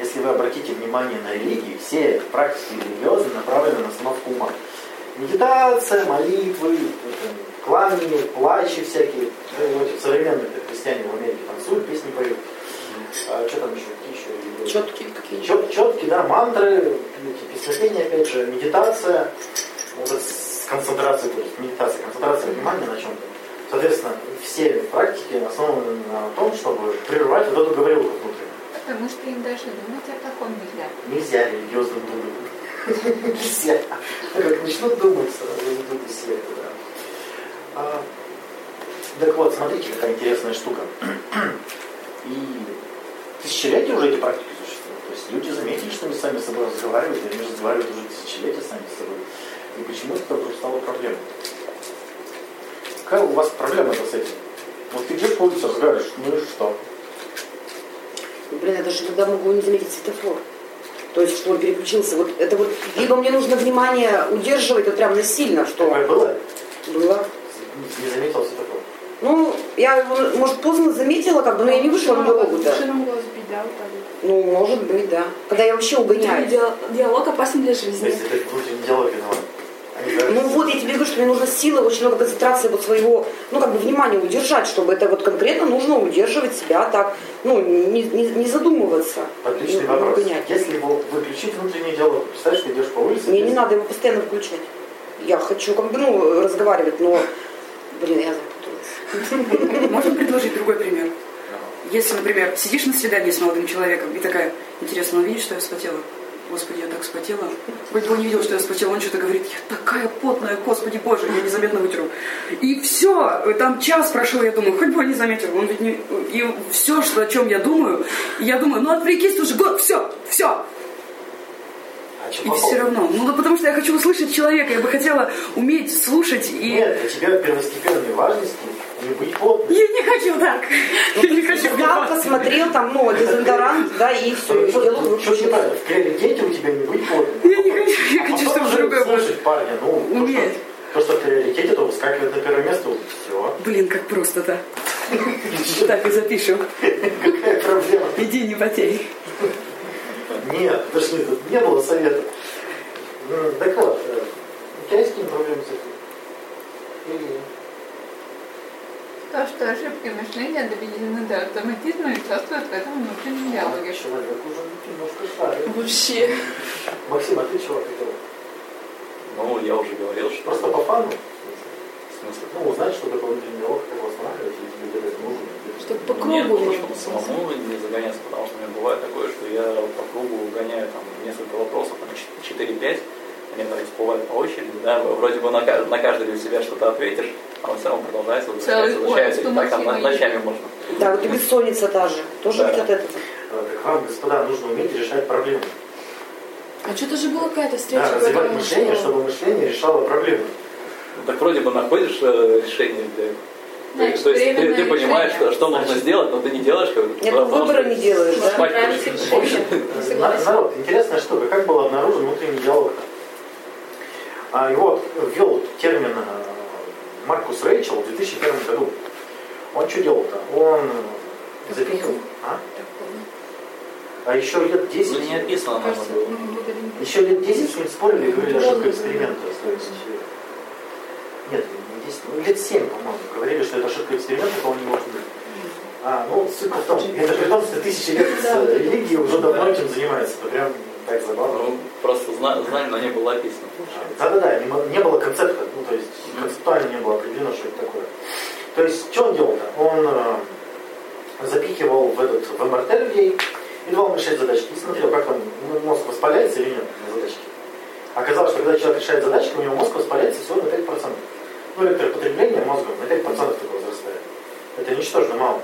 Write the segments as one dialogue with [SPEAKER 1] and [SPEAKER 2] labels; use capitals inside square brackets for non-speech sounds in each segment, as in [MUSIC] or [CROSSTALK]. [SPEAKER 1] если вы обратите внимание на религии, все практики религиозные направлены на остановку ума. Медитация, молитвы, это, кланья, плащи всякие. Ну, вот эти современные так, христиане в Америке танцуют, песни поют. А что там еще? Какие еще?
[SPEAKER 2] Четкие какие-нибудь.
[SPEAKER 1] Чет, четкие, да, мантры, песнопения, опять же, медитация, Ну, вот это с концентрацией, то есть медитация, концентрация внимания на чем-то. Соответственно, все практики основаны на том, чтобы прервать вот эту говорилку внутреннюю.
[SPEAKER 3] Потому что им даже думать о таком нельзя.
[SPEAKER 1] Нельзя религиозным думать. Нельзя. Как начнут думать, сразу идут из света, да. А, Так вот, смотрите, какая интересная штука. И тысячелетия уже эти практики существуют. То есть люди заметили, что они сами с собой разговаривают, и они разговаривают уже тысячелетия сами с собой. И почему это вдруг стало проблемой? Какая у вас проблема-то с этим? Вот ты где по улице разговариваешь? Ну и что?
[SPEAKER 2] Ну, Блин, я даже иногда могу не заметить светофор. То есть, что он переключился. Вот это вот. Либо мне нужно внимание удерживать вот прям насильно, что
[SPEAKER 1] Такое было?
[SPEAKER 2] было.
[SPEAKER 1] Не заметил все такое.
[SPEAKER 2] Ну, я, его, может, поздно заметила, как бы, но я не вышла на дорогу, да.
[SPEAKER 4] Машина могла сбить, да, вот так вот.
[SPEAKER 2] Ну, может быть, да. Когда я вообще
[SPEAKER 4] Внутренний
[SPEAKER 2] угоняю.
[SPEAKER 4] диал- Диалог опасен для
[SPEAKER 1] То
[SPEAKER 4] жизни.
[SPEAKER 1] есть это внутренний диалог виноват. Они
[SPEAKER 2] Ну
[SPEAKER 1] даже-
[SPEAKER 2] вот, я тебе говорю, что мне нужна сила, очень много концентрации вот своего, ну, как бы, внимания удержать, чтобы это вот конкретно нужно удерживать себя так, ну, не, не, не задумываться.
[SPEAKER 1] Отличный
[SPEAKER 2] Не- не
[SPEAKER 1] вопрос.
[SPEAKER 2] угонять.
[SPEAKER 1] Если его выключить внутренний диалог, представляешь, ты идешь по улице,
[SPEAKER 2] Мне
[SPEAKER 1] ты-
[SPEAKER 2] не надо его постоянно включать. Я хочу, как бы, ну, разговаривать, но, блин, я запуталась.
[SPEAKER 5] Можно предложить другой пример?
[SPEAKER 1] Ну,
[SPEAKER 5] Если, например, сидишь на свидании с молодым человеком и такая, интересно, он видит, что я вспотела? Господи, я так вспотела. Хоть бы он не видел, что я вспотела, он что-то говорит, я такая потная, господи боже, я незаметно вытеру. И все, там час прошел, я думаю, хоть бы он не заметил. Он ведь не... И все, что, о чем я думаю, я думаю, ну отвлекись уже, год, все, все.
[SPEAKER 1] А что
[SPEAKER 5] И все равно. Ну да потому что я хочу услышать человека, я бы хотела уметь слушать и...
[SPEAKER 1] Нет, для тебя первостепенной важности не быть плотным.
[SPEAKER 5] Я не хочу так.
[SPEAKER 2] Ну,
[SPEAKER 5] Я не хочу
[SPEAKER 2] Да, посмотрел там, ну, дезодорант, да, и все, и
[SPEAKER 1] Что
[SPEAKER 2] дело
[SPEAKER 1] что не
[SPEAKER 2] выключилось.
[SPEAKER 1] так? В приоритете у тебя не быть плотным.
[SPEAKER 5] Я не хочу, я
[SPEAKER 1] А
[SPEAKER 5] хочу,
[SPEAKER 1] потом
[SPEAKER 5] чтобы
[SPEAKER 1] же
[SPEAKER 5] другое было.
[SPEAKER 1] Слушай, парни, ну, то, что-
[SPEAKER 5] Уметь.
[SPEAKER 1] то, что в приоритете, то выскакивает на первое место, все.
[SPEAKER 5] Блин, как просто-то. Так и запишем.
[SPEAKER 1] Какая проблема?
[SPEAKER 5] Иди не потерей.
[SPEAKER 1] Нет, подожди, тут не было совета. М, Так вот, э, у тебя есть какие-то проблемы с этим? Или-
[SPEAKER 3] То, что ошибки мышления доведены до автоматизма и участвуют в этом внутреннем
[SPEAKER 1] А,
[SPEAKER 3] диалоге.
[SPEAKER 1] Человек уже немножко старый.
[SPEAKER 4] Вообще.
[SPEAKER 1] Максим, а ты чего хотел?
[SPEAKER 6] Ну, я уже говорил, что
[SPEAKER 1] Просто по фану?
[SPEAKER 6] в смысле,
[SPEAKER 1] Ну, узнать, что такое внутренний диалог, как его останавливать, и тебе где-то это нужно.
[SPEAKER 4] Чтобы по кругу
[SPEAKER 6] нет,
[SPEAKER 4] не
[SPEAKER 6] чтобы самому не загоняться, потому что у меня бывает такое, что я по кругу гоняю там несколько вопросов, там чет- 4-5, они там всплывают по очереди, да, вроде бы на, ка- на каждый для себя что-то ответишь, а он все равно продолжается, возвращается,
[SPEAKER 3] Целый
[SPEAKER 6] возвращается,
[SPEAKER 3] город
[SPEAKER 6] и так там на-
[SPEAKER 3] туманчивый.
[SPEAKER 6] ночами можно.
[SPEAKER 2] Да, вот и бессонница та же. Тоже
[SPEAKER 6] Да.
[SPEAKER 2] ведь от этого.
[SPEAKER 1] А, Так вам, господа, нужно уметь решать проблемы.
[SPEAKER 4] А что-то же была какая-то встреча,
[SPEAKER 1] Да, развивать
[SPEAKER 4] которой
[SPEAKER 1] мышление,
[SPEAKER 4] что-
[SPEAKER 1] чтобы мышление решало проблемы.
[SPEAKER 6] Ну, Так вроде бы находишь э, решение для...
[SPEAKER 3] Значит,
[SPEAKER 6] То есть ты,
[SPEAKER 3] временное
[SPEAKER 6] ты понимаешь,
[SPEAKER 3] решение.
[SPEAKER 6] что, что нужно сделать, но ты не делаешь, как бы,
[SPEAKER 2] Нет,
[SPEAKER 6] потому
[SPEAKER 2] выбора
[SPEAKER 6] что
[SPEAKER 2] не делаешь, да?
[SPEAKER 6] спать
[SPEAKER 4] Нравится
[SPEAKER 6] хочешь.
[SPEAKER 4] решение.
[SPEAKER 1] Э, На-
[SPEAKER 4] Согласен.
[SPEAKER 1] Народ, интересная штука, как был обнаружен внутренний диалог? А, его ввел термин э, Маркус Рэйчел в 2001 году. Он что делал-то? Он запихивал. А? А еще лет
[SPEAKER 6] Ну, не
[SPEAKER 1] 10,
[SPEAKER 6] описано нам
[SPEAKER 4] Кажется,
[SPEAKER 6] было.
[SPEAKER 4] ну, вот это не-
[SPEAKER 1] еще лет 10 с ним спорили и говорили, что это
[SPEAKER 4] Ладно,
[SPEAKER 1] эксперимент. То есть, э, Нет, не 10, ну, лет 7, по-моему, говорили, что это ошибка эксперимента, того не может быть. А, ну, суть в том, это при том, что тысячи лет
[SPEAKER 4] Да,
[SPEAKER 1] э,
[SPEAKER 4] вот это.
[SPEAKER 1] религии уже давно этим занимается. Это прям так забавно.
[SPEAKER 6] Ну, просто зна- знали, но не было описано.
[SPEAKER 1] Да-да-да, не, мо- не было концепта, ну то есть концептуально не было определено, что это такое. То есть, что он делал-то? Он э, запихивал в этот в МРТ людей и давал им решать задачки. И смотрел, как он, ну, мозг воспаляется или нет на задачке. Оказалось, что когда человек решает задачки, у него мозг воспаляется всего на 5%. Ну, электропотребление мозга на 5% такое возрастает. Это ничтожно мало.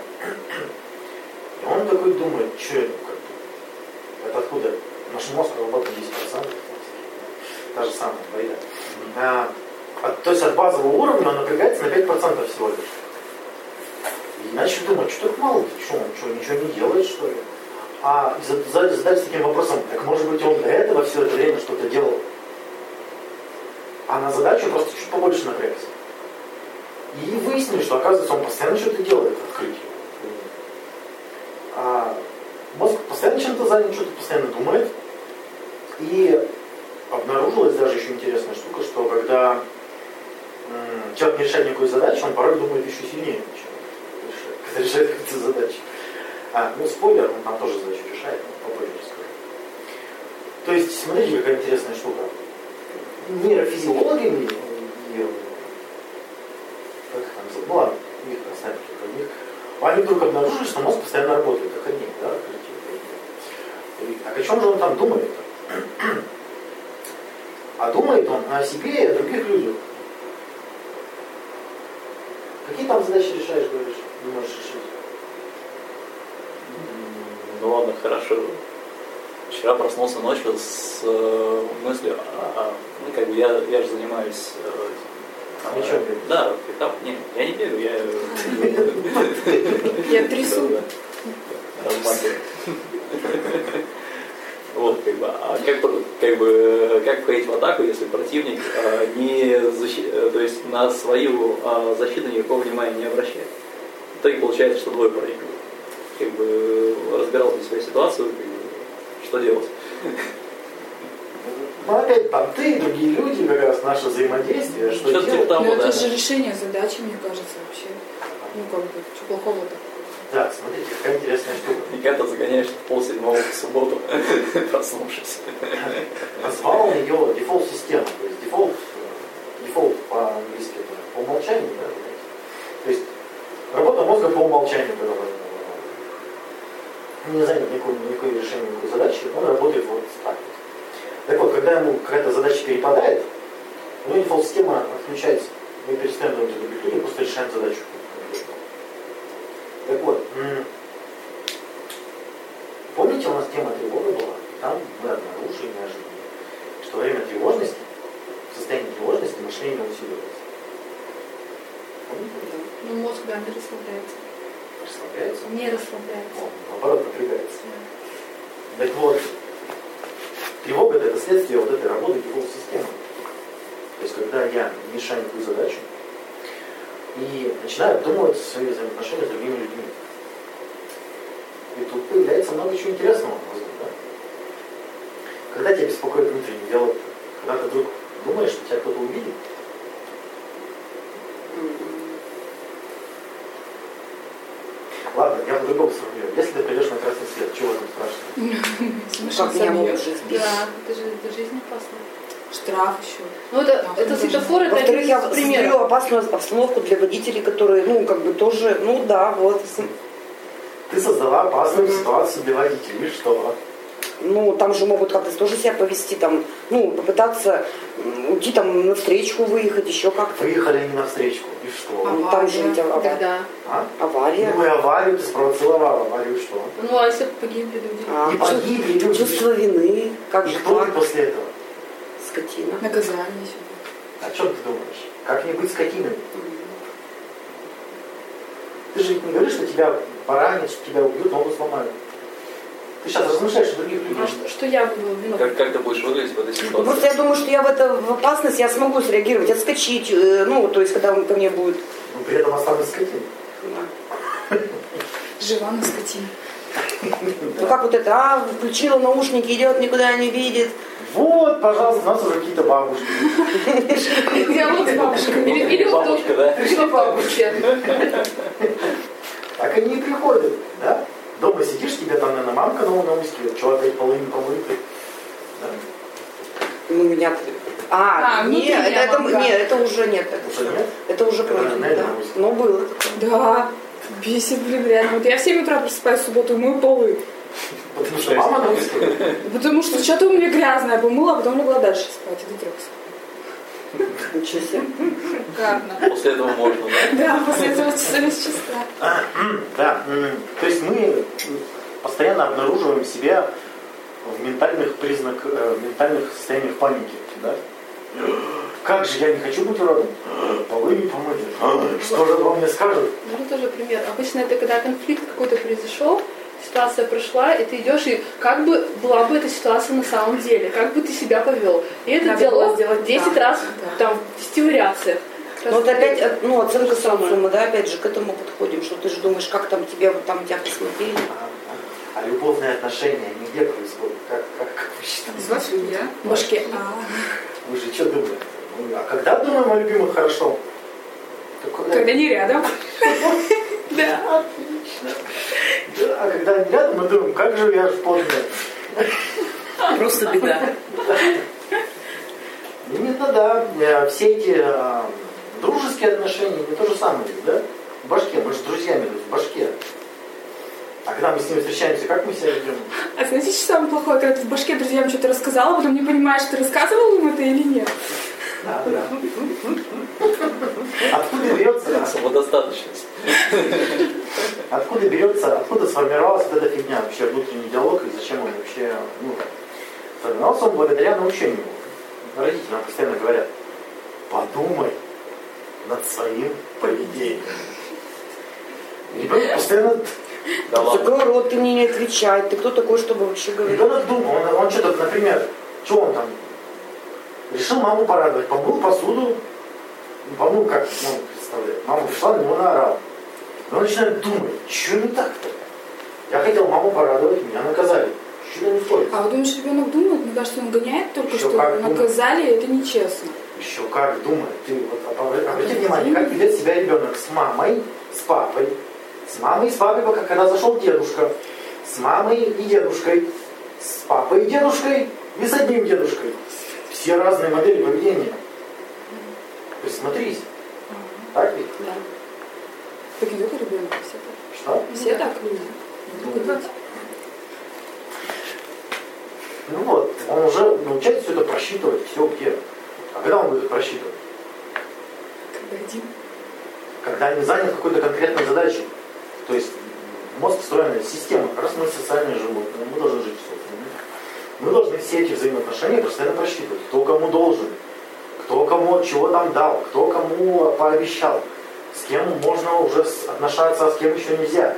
[SPEAKER 1] И он такой думает, что это как бы, это откуда? Наш мозг работает 10%. Та же самая байда. А, от- то есть от базового уровня он напрягается на 5% всего лишь. И начал думать, что так мало, ты что, он что, ничего не делает, что ли? А за- за- задать таким вопросом, так может быть он до этого все это время что-то делал? А на задачу просто чуть побольше напрягся. И выяснили, что оказывается он постоянно что-то делает, открытие. А мозг постоянно чем-то где-то занят, что-то постоянно думает. И обнаружилась даже еще интересная штука, что когда м, человек не решает никакую задачу, он порой думает еще сильнее, чем решает, когда решает какую-то задачу. А, ну спойлер, он там тоже задачу решает, но попозже расскажу. То есть, смотрите, какая интересная штука. Нейрофизиологи, м, и, как их там зовут, ну ладно, них там сами какие-то, у них, они вдруг обнаружили, что мозг постоянно работает, как они, да, коллектив. И, Так о чем же он там думает? А думает он о себе и о других людях. Какие там задачи решаешь, говоришь, не можешь решить?
[SPEAKER 6] Ну ладно, хорошо. Вчера проснулся ночью с э, мыслью, а, а, ну как бы я, я же занимаюсь... э, там,
[SPEAKER 1] Мячом
[SPEAKER 6] э,
[SPEAKER 1] бегаешь?
[SPEAKER 6] Да, там, не, я не бегаю, я...
[SPEAKER 4] Я трясу.
[SPEAKER 6] Да, да. Размахиваю. Вот, как бы, а как, бы- как бы, как входить в атаку, если противник э, не защи- э, то есть на свою э, защиту никакого внимания не обращает. В итоге получается, что двое проигрывают. Как бы разбирал здесь свою ситуацию, как бы, что делать.
[SPEAKER 1] Ну опять там ты, другие люди, как раз наше взаимодействие, что
[SPEAKER 6] Что-то типа
[SPEAKER 1] делать.
[SPEAKER 6] того,
[SPEAKER 4] Ну,
[SPEAKER 6] да.
[SPEAKER 4] это же решение задачи, мне кажется, вообще. Ну, как бы, что плохого-то?
[SPEAKER 1] Да, смотрите, какая интересная штука.
[SPEAKER 6] Никогда загоняешь в полседьмого в субботу, [LAUGHS] проснувшись.
[SPEAKER 1] Назвал ее дефолт-система. То есть дефолт, э, дефолт по-английски это по умолчанию, да? вот эти. То есть работа мозга по умолчанию, когда он, э, не занят никакой, никакой решением, никакой задачи, он работает вот так вот. Так вот, когда ему какая-то задача перепадает, у него дефолт-система отключается. Мы перестаем думать о других людях, просто решаем задачу. Так вот, м, Помните, у нас тема тревога была? И Там мы обнаружили неожиданно, что во время тревожности, в состоянии тревожности мышление усиливается. Помните?
[SPEAKER 4] Ну, мозг, да, не расслабляется.
[SPEAKER 1] Расслабляется.
[SPEAKER 4] Не расслабляется.
[SPEAKER 1] Он, наоборот, напрягается. Так вот, тревога это следствие вот этой работы тревожной системы. То есть, когда я не решаю никакую задачу и начинаю обдумывать свои взаимоотношения с другими людьми. И тут появляется много чего интересного, на мой взгляд, да? Когда тебя беспокоит внутренний диалог, когда ты вдруг думаешь, что тебя кто-то увидит, ладно, я по-другому сравню. Если ты придешь на красный свет, чего там страшного?
[SPEAKER 2] Как меня могут же сбить?
[SPEAKER 3] Да, это же, это жизнь опасна.
[SPEAKER 4] Штраф еще.
[SPEAKER 3] Ну, это,
[SPEAKER 4] Ах,
[SPEAKER 3] это
[SPEAKER 4] ну,
[SPEAKER 3] светофор, это
[SPEAKER 2] Во-вторых,
[SPEAKER 3] один
[SPEAKER 2] я
[SPEAKER 3] из примеров.
[SPEAKER 2] создаю опасную обстановку для водителей, которые, ну, как бы тоже, ну да, вот, с-
[SPEAKER 1] Ты создала опасную
[SPEAKER 2] Мгм.
[SPEAKER 1] ситуацию для водителей, и что?
[SPEAKER 2] ну, там же могут как-то тоже себя повести, там, ну, попытаться м, уйти там на встречку, выехать, еще как-то.
[SPEAKER 1] Выехали они навстречу, и что?
[SPEAKER 2] Ну, там же ведь авария.
[SPEAKER 3] Тогда.
[SPEAKER 1] А?
[SPEAKER 2] авария.
[SPEAKER 1] Ну и аварию ты спровоцировал, аварию что?
[SPEAKER 3] Ну, а если бы погибли люди?
[SPEAKER 2] А,
[SPEAKER 1] Не погибли
[SPEAKER 2] чув-
[SPEAKER 1] люди.
[SPEAKER 2] чувство вины, как
[SPEAKER 1] И
[SPEAKER 2] же
[SPEAKER 1] кто ты
[SPEAKER 2] так,
[SPEAKER 1] после этого?
[SPEAKER 2] скотина.
[SPEAKER 4] Наказание еще.
[SPEAKER 1] О чем ты думаешь? Как не быть скотиной? Ты же ведь не говоришь, что тебя поранят, что тебя убьют, ногу сломают. Ты сейчас размышляешь о других
[SPEAKER 3] А
[SPEAKER 1] людях.
[SPEAKER 3] что, что я бы был виноват?
[SPEAKER 6] Как, как ты будешь выглядеть в этой
[SPEAKER 2] Ну, Просто
[SPEAKER 6] ситуации?
[SPEAKER 2] я думаю, что я в это в опасность я смогу среагировать, отскочить, э, ну, то есть, когда он ко мне будет.
[SPEAKER 1] Но Ну, при этом останусь скотиной.
[SPEAKER 4] Жива на скотине.
[SPEAKER 2] Ну как вот это, а, включила наушники, идет, никуда не видит.
[SPEAKER 1] Вот, пожалуйста, у нас уже какие-то бабушки.
[SPEAKER 3] [LAUGHS] Диалог с бабушкой. Или, или вот
[SPEAKER 6] Ну, Бабушка, да?
[SPEAKER 3] пришла бабушка.
[SPEAKER 1] Так они и приходят, да? Дома сидишь, тебе там, наверное, мамка на наускивает, что опять половину помыты. Да?
[SPEAKER 2] Ну, меня... А,
[SPEAKER 3] А,
[SPEAKER 2] нет,
[SPEAKER 3] внутренняя
[SPEAKER 2] это, это,
[SPEAKER 3] мамка.
[SPEAKER 2] нет, это уже нет.
[SPEAKER 1] Уже
[SPEAKER 2] Это,
[SPEAKER 1] нет?
[SPEAKER 2] это уже
[SPEAKER 1] Это
[SPEAKER 2] пройдено,
[SPEAKER 1] наверное,
[SPEAKER 2] да.
[SPEAKER 1] наушники.
[SPEAKER 2] Но было.
[SPEAKER 4] Да, бесит, блин, реально. Вот я в 7 утра просыпаюсь в субботу и мою полы.
[SPEAKER 1] Потому что мама наускивает.
[SPEAKER 4] Потому что что-то у меня грязное помыла, а потом легла дальше спать. Это трёх спать.
[SPEAKER 2] Ничего себе.
[SPEAKER 3] Карно.
[SPEAKER 6] После этого можно, да?
[SPEAKER 4] Да, после этого часами с числа.
[SPEAKER 1] [LAUGHS] Да, м, то есть мы постоянно обнаруживаем себя в ментальных признак, э, в ментальных состояниях паники, да? [GASPS] Как же я не хочу быть уродом? [GASPS] Полы не помыли. [GASPS] Что же вам мне скажут?
[SPEAKER 3] Ну, тоже пример. Обычно это когда конфликт какой-то произошел, ситуация прошла, и ты идешь, и как бы была бы эта ситуация на самом деле, как бы ты себя повел. И это
[SPEAKER 4] Надо
[SPEAKER 3] диалог
[SPEAKER 4] было сделать
[SPEAKER 3] 10
[SPEAKER 4] так.
[SPEAKER 3] раз,
[SPEAKER 4] Да.
[SPEAKER 3] там, в 10 вариациях.
[SPEAKER 2] Но вот опять, э, ну, оценка социума, да, опять же, к этому подходим, что ты же думаешь, как там тебя, вот там тебя посмотрели.
[SPEAKER 1] А А любовные отношения они где происходят? Как, как, как вы считаете?
[SPEAKER 5] Из вас я?
[SPEAKER 4] В башке. А,
[SPEAKER 1] Вы же что думаете? Мы- А когда думаем о любимых хорошо? Так, э,
[SPEAKER 4] Когда не рядом. Да.
[SPEAKER 1] Отлично. Да, а когда они рядом, мы думаем, как же я ж поздно.
[SPEAKER 5] Просто беда.
[SPEAKER 1] Именно, да. Э, Все эти э, дружеские отношения, не то же самое, ведь, да? В башке, мы же с друзьями, в башке. А когда мы с ними встречаемся, как мы себя ведем?
[SPEAKER 4] А знаете, что самое плохое, когда ты в башке друзьям что-то рассказала, а потом не понимаешь, ты рассказывал им это или нет.
[SPEAKER 1] Да, да. Откуда берется,
[SPEAKER 6] Самодостаточность.
[SPEAKER 1] откуда берется, откуда сформировалась вот эта фигня вообще, внутренний диалог, и зачем он вообще, ну, сформировался он благодаря научению. Родители нам постоянно говорят, подумай над своим поведением. И Ребенок постоянно
[SPEAKER 6] Да ладно.
[SPEAKER 2] Закрой рот, ты мне не отвечай. Ты кто такой, чтобы вообще говорить?
[SPEAKER 1] Ребенок думал, он, он что-то, например, что он там, решил маму порадовать, помыл посуду, Ну, помыл, как мама представляет. Мама пришла, на него наорала. И он начинает думать, что не так-то? Я хотел маму порадовать, меня наказали. Что я не стоит?
[SPEAKER 4] А вы думаете, ребенок думает? Мне кажется, он гоняет только
[SPEAKER 1] Ещё
[SPEAKER 4] что.
[SPEAKER 1] как думает.
[SPEAKER 4] Наказали, и это нечестно.
[SPEAKER 1] Еще как думает. Ты вот обра- обрати внимание, как ведет себя ребенок с мамой, с папой. С мамой и с папой, пока когда зашел дедушка. С мамой и дедушкой. С папой и дедушкой. И с одним дедушкой. Все разные модели поведения. Присмотрись. Так ведь?
[SPEAKER 4] Да. Так идет ребенок, все так.
[SPEAKER 1] Что?
[SPEAKER 4] Все так?
[SPEAKER 1] Ну, Ну вот, он уже научается все это просчитывать, все где. А когда он будет просчитывать?
[SPEAKER 4] Когда один.
[SPEAKER 1] когда они заняты какой-то конкретной задачей. То есть мозг встроенная система, как раз мы социальные животные, мы должны жить собственно. Мы должны все эти взаимоотношения постоянно просчитывать, кто кому должен, кто кому от чего там дал, кто кому пообещал, с кем можно уже с- отношаться, а с кем еще нельзя.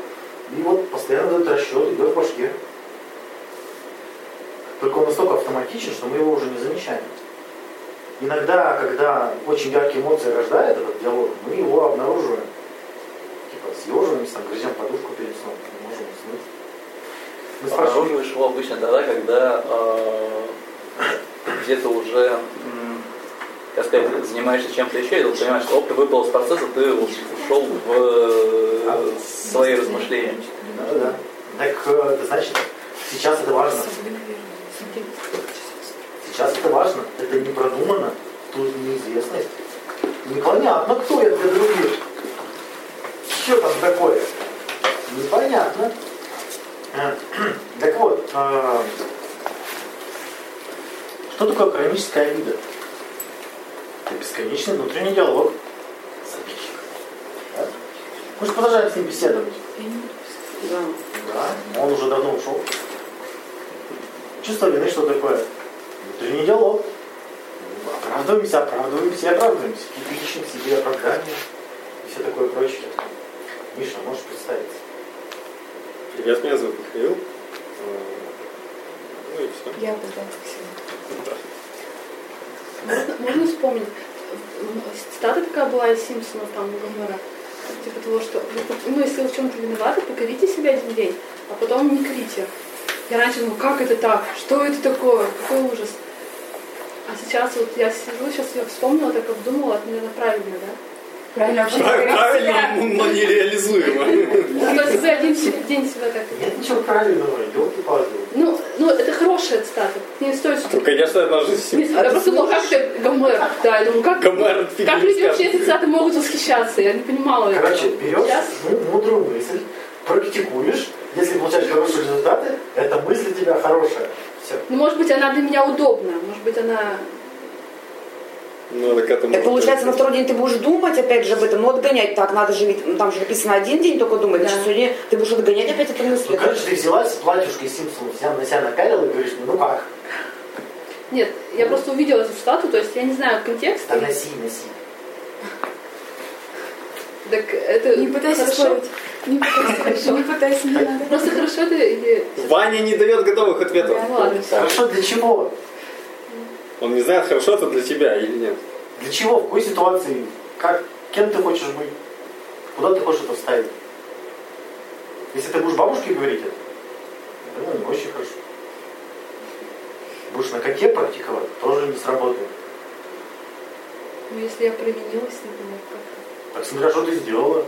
[SPEAKER 1] И вот постоянно этот расчет идет в башке. Только он настолько автоматичен, что мы его уже не замечаем. Иногда, когда очень яркие эмоции рождает этот диалог, мы его обнаруживаем. Типа съеживаемся, там, грызем подушку перед сном, не можем уснуть. Мы спрашиваем,
[SPEAKER 6] Обнаруживаешь его обычно тогда, когда э, где-то уже, м, как сказать, занимаешься чем-то еще, и ты понимаешь, что оп, ты выпал из процесса, ты ушел в э, свои размышления.
[SPEAKER 1] да, Ну да. Так, э, это значит, сейчас это важно. Сейчас это важно. Это не продумано. Тут неизвестность. Непонятно, кто я для других. Что там такое? Непонятно. [CLEARS THROAT] Э, Так вот, э, что такое хроническая обида? Это бесконечный внутренний диалог с обидчиком. Да? Мы же продолжаем с ним беседовать.
[SPEAKER 2] Да.
[SPEAKER 1] Да, он уже давно ушел. Чувство вины что такое? Внутренний диалог. Оправдываемся, оправдываемся и оправдываемся. Типичным себе оправдание и все такое прочее. Миша, можешь представиться?
[SPEAKER 7] Привет, меня зовут Михаил. Э, Ну и все.
[SPEAKER 4] Я поздравляю.
[SPEAKER 3] Можно вспомнить? М, Цитата такая была из Симпсонов, там, Гомера. Типа того, что, вы пок- ну, если вы в чем-то виноваты, покорите себя один день, а потом не крите. Я раньше думала, как это так? Что это такое? Какой ужас? А сейчас вот я сижу, сейчас я вспомнила, так и вдумала, это, наверное, правильно, да?
[SPEAKER 4] Правильно, вообще
[SPEAKER 7] Прав-
[SPEAKER 4] себя.
[SPEAKER 7] Правильно, но нереализуемо.
[SPEAKER 3] Ну, То есть за один се- день себя так...
[SPEAKER 1] Нет ничего правильного, елки-палки.
[SPEAKER 3] Ну, ну, это хорошая цитата, не стоит...
[SPEAKER 7] Ну, конечно, она же
[SPEAKER 3] Не,
[SPEAKER 7] сим-
[SPEAKER 3] я просто думала, как это Гомер? Да, я думаю, как,
[SPEAKER 7] Гомер фиг
[SPEAKER 3] как
[SPEAKER 7] не
[SPEAKER 3] люди вообще
[SPEAKER 7] скажет.
[SPEAKER 3] эти цитаты могут восхищаться? Я не понимала этого.
[SPEAKER 1] Короче, берешь
[SPEAKER 3] Сейчас
[SPEAKER 1] ну, мудрую мысль, практикуешь. Если получаешь хорошие результаты, эта мысль у тебя хорошая. Все.
[SPEAKER 3] Ну, может быть, она для меня удобна, может быть, она...
[SPEAKER 7] Ну, так это
[SPEAKER 2] Так
[SPEAKER 7] может
[SPEAKER 2] получается, на
[SPEAKER 7] быть.
[SPEAKER 2] второй день ты будешь думать опять же об этом, но отгонять так, надо же, ведь, ну, там же написано один день только думать,
[SPEAKER 3] Да.
[SPEAKER 2] значит, сегодня ты будешь отгонять опять эту мысль.
[SPEAKER 1] Ну, короче, ты взялась платьюшкой Симпсонов, себя на себя напялила и говоришь, ну как?
[SPEAKER 3] Нет, я просто увидела эту стату, то есть я не знаю контекста.
[SPEAKER 1] Да носи, носи.
[SPEAKER 3] Так это
[SPEAKER 4] Не пытайся
[SPEAKER 3] хорошо. Ну,
[SPEAKER 4] спорить. Не пытайся, не пытайся, не надо.
[SPEAKER 3] Просто хорошо это или...
[SPEAKER 7] Ваня не дает готовых ответов.
[SPEAKER 3] Ну, ладно, всё.
[SPEAKER 1] Хорошо, для чего?
[SPEAKER 7] Он не знает, хорошо это для тебя или нет.
[SPEAKER 1] Для чего? В какой ситуации? Как? Кем ты хочешь быть? Куда ты хочешь это вставить? Если ты будешь бабушке говорить это, Ну, не очень хорошо. Будешь на коте практиковать, тоже не сработает.
[SPEAKER 3] Ну, если я провинилась, например, как
[SPEAKER 1] Так смотря, что ты сделала.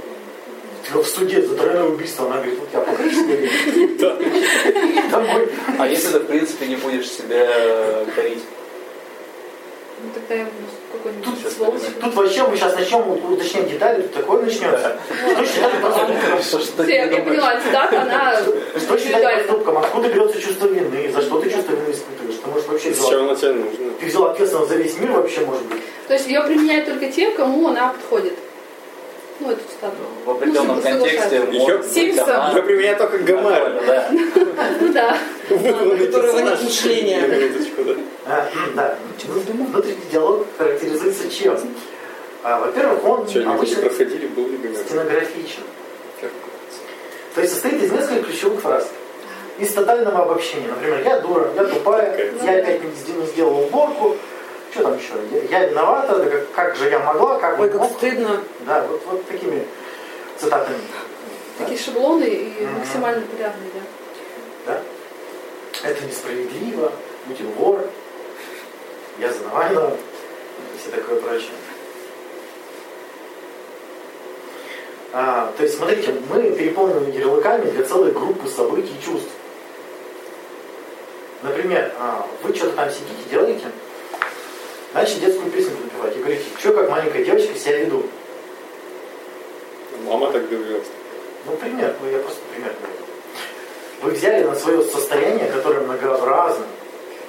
[SPEAKER 1] Тебя в суде за тройное убийство, она говорит, «Ну, вот я покрышка. Домой.
[SPEAKER 6] А если ты, в принципе, не будешь себя э, корить?
[SPEAKER 3] ну, тогда я буду какой-нибудь
[SPEAKER 6] Тут-
[SPEAKER 3] сволочь.
[SPEAKER 1] Тут вообще мы сейчас начнем уточнять детали, тут такое начнется. Что считать проступком?
[SPEAKER 6] Что
[SPEAKER 3] Всё, Я я поняла, цитата, она
[SPEAKER 1] Что считать
[SPEAKER 3] индивидуальна.
[SPEAKER 1] проступком? Откуда берется чувство вины? За что ты чувство вины испытываешь? Ты можешь вообще
[SPEAKER 7] С
[SPEAKER 1] взяла-
[SPEAKER 7] чего оно тебе нужно?
[SPEAKER 1] Ты взяла ответственность за весь мир вообще, может быть?
[SPEAKER 3] То есть ее применяют только те, кому она подходит. Ну, эту цитату.
[SPEAKER 6] В определенном
[SPEAKER 3] Ну, соглашаюсь.
[SPEAKER 6] контексте может быть,
[SPEAKER 4] Симпсом.
[SPEAKER 6] да.
[SPEAKER 7] Ее применяет только Гомер.
[SPEAKER 6] Нормально, А. да.
[SPEAKER 3] Ну да.
[SPEAKER 7] Выдуманный
[SPEAKER 2] которого нет
[SPEAKER 7] персонаж.
[SPEAKER 2] мышления.
[SPEAKER 7] На минуточку, да.
[SPEAKER 1] А, м, [CLEARS THROAT] да. Внутренний диалог характеризуется чем? А, Во-первых, он
[SPEAKER 7] Что, они
[SPEAKER 1] обычно
[SPEAKER 7] проходили, был ли Гомер?
[SPEAKER 1] стенографичен. То есть состоит из нескольких ключевых фраз. Из тотального обобщения. Например, я дура, я тупая,
[SPEAKER 7] Как?
[SPEAKER 1] я опять не сде- не сделала уборку. Что там еще? Я, я виновата, да как, как же я могла, как
[SPEAKER 2] Ой,
[SPEAKER 1] я
[SPEAKER 2] как
[SPEAKER 1] мог?
[SPEAKER 2] стыдно.
[SPEAKER 1] Да, вот, вот такими цитатами.
[SPEAKER 3] Такие шаблоны и
[SPEAKER 1] Мгм.
[SPEAKER 3] максимально популярные, да.
[SPEAKER 1] Да? Это несправедливо, Путин вор, я знаю, и все такое прочее. А, то есть, смотрите, мы переполнены ярлыками для целой группы событий и чувств. Например, а, вы что-то там сидите, делаете, начали детскую песенку напевать и говорите, что как маленькая девочка себя веду.
[SPEAKER 7] Мама так говорила.
[SPEAKER 1] Ну, пример, ну я просто пример говорю. Вы взяли на свое состояние, которое многообразно,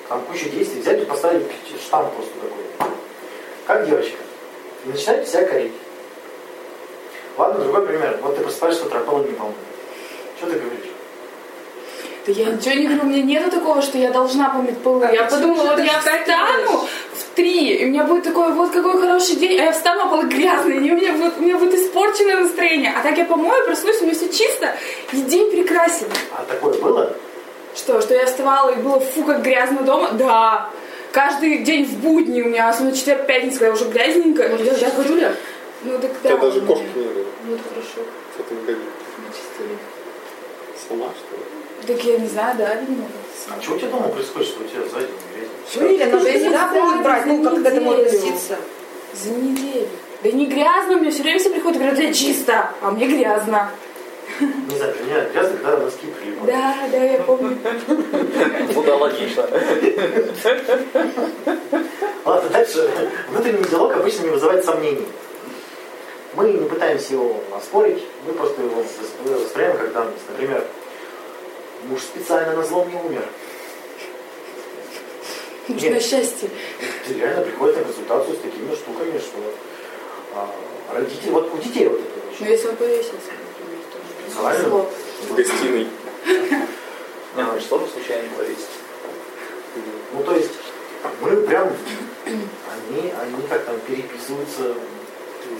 [SPEAKER 1] там кучу действий, взяли и поставили пи- штамп просто такой. Как девочка. И начинаете себя корить. Ладно, другой пример. Вот ты просыпаешься с утра полы не помыл. Что ты говоришь?
[SPEAKER 4] Да я ничего не говорю, у меня нету такого, что я должна помыть полы.
[SPEAKER 5] А
[SPEAKER 4] я
[SPEAKER 5] почему
[SPEAKER 4] подумала,
[SPEAKER 5] же
[SPEAKER 4] вот
[SPEAKER 5] ты
[SPEAKER 4] я встану в три, и у меня будет такой, вот какой хороший день, а я встану, а полы грязные, и у меня, будет, у меня будет испорченное настроение. А так я помою, проснусь, у меня все чисто, и день прекрасен.
[SPEAKER 1] А такое было?
[SPEAKER 4] Что, что я вставала и было фу, как грязно дома? Да. Каждый день в будни у меня, особенно четверг, пятница, когда я уже грязненькая.
[SPEAKER 3] Может,
[SPEAKER 4] я
[SPEAKER 3] я
[SPEAKER 4] хожу-
[SPEAKER 3] Юля?
[SPEAKER 4] Ну так
[SPEAKER 7] У
[SPEAKER 4] да.
[SPEAKER 7] тебя даже кошки не было.
[SPEAKER 3] Ну, это хорошо.
[SPEAKER 7] Что ты говоришь?
[SPEAKER 3] Вычистили.
[SPEAKER 7] Сама, что ли?
[SPEAKER 4] Так я не знаю, да, видимо.
[SPEAKER 1] А что у тебя дома происходит, что у тебя сзади грязь?
[SPEAKER 2] Ну, или она же всегда будет брать, ну, как к этому относиться.
[SPEAKER 4] За неделю. Да не грязно, у меня все время все приходят и говорят, да чисто, а мне грязно.
[SPEAKER 1] Не знаю, для меня грязно, когда носки прилипают.
[SPEAKER 4] Да, да, я помню.
[SPEAKER 6] Ну да, логично.
[SPEAKER 1] Ладно, дальше. Внутренний диалог обычно не вызывает сомнений. Мы не пытаемся его оспорить, мы просто его воспри- воспринимаем как данность. Например, муж специально на зло не умер.
[SPEAKER 4] Нужно счастье.
[SPEAKER 1] Ты реально приходит на консультацию с такими штуками, что а, родители, вот у детей вот это
[SPEAKER 4] Но
[SPEAKER 1] очень
[SPEAKER 4] если он повесился, например, то
[SPEAKER 1] специально.
[SPEAKER 4] зло.
[SPEAKER 7] В гостиной.
[SPEAKER 6] Нет, ну что же случайно повесить?
[SPEAKER 1] Ну то есть мы прям, они, они как там переписываются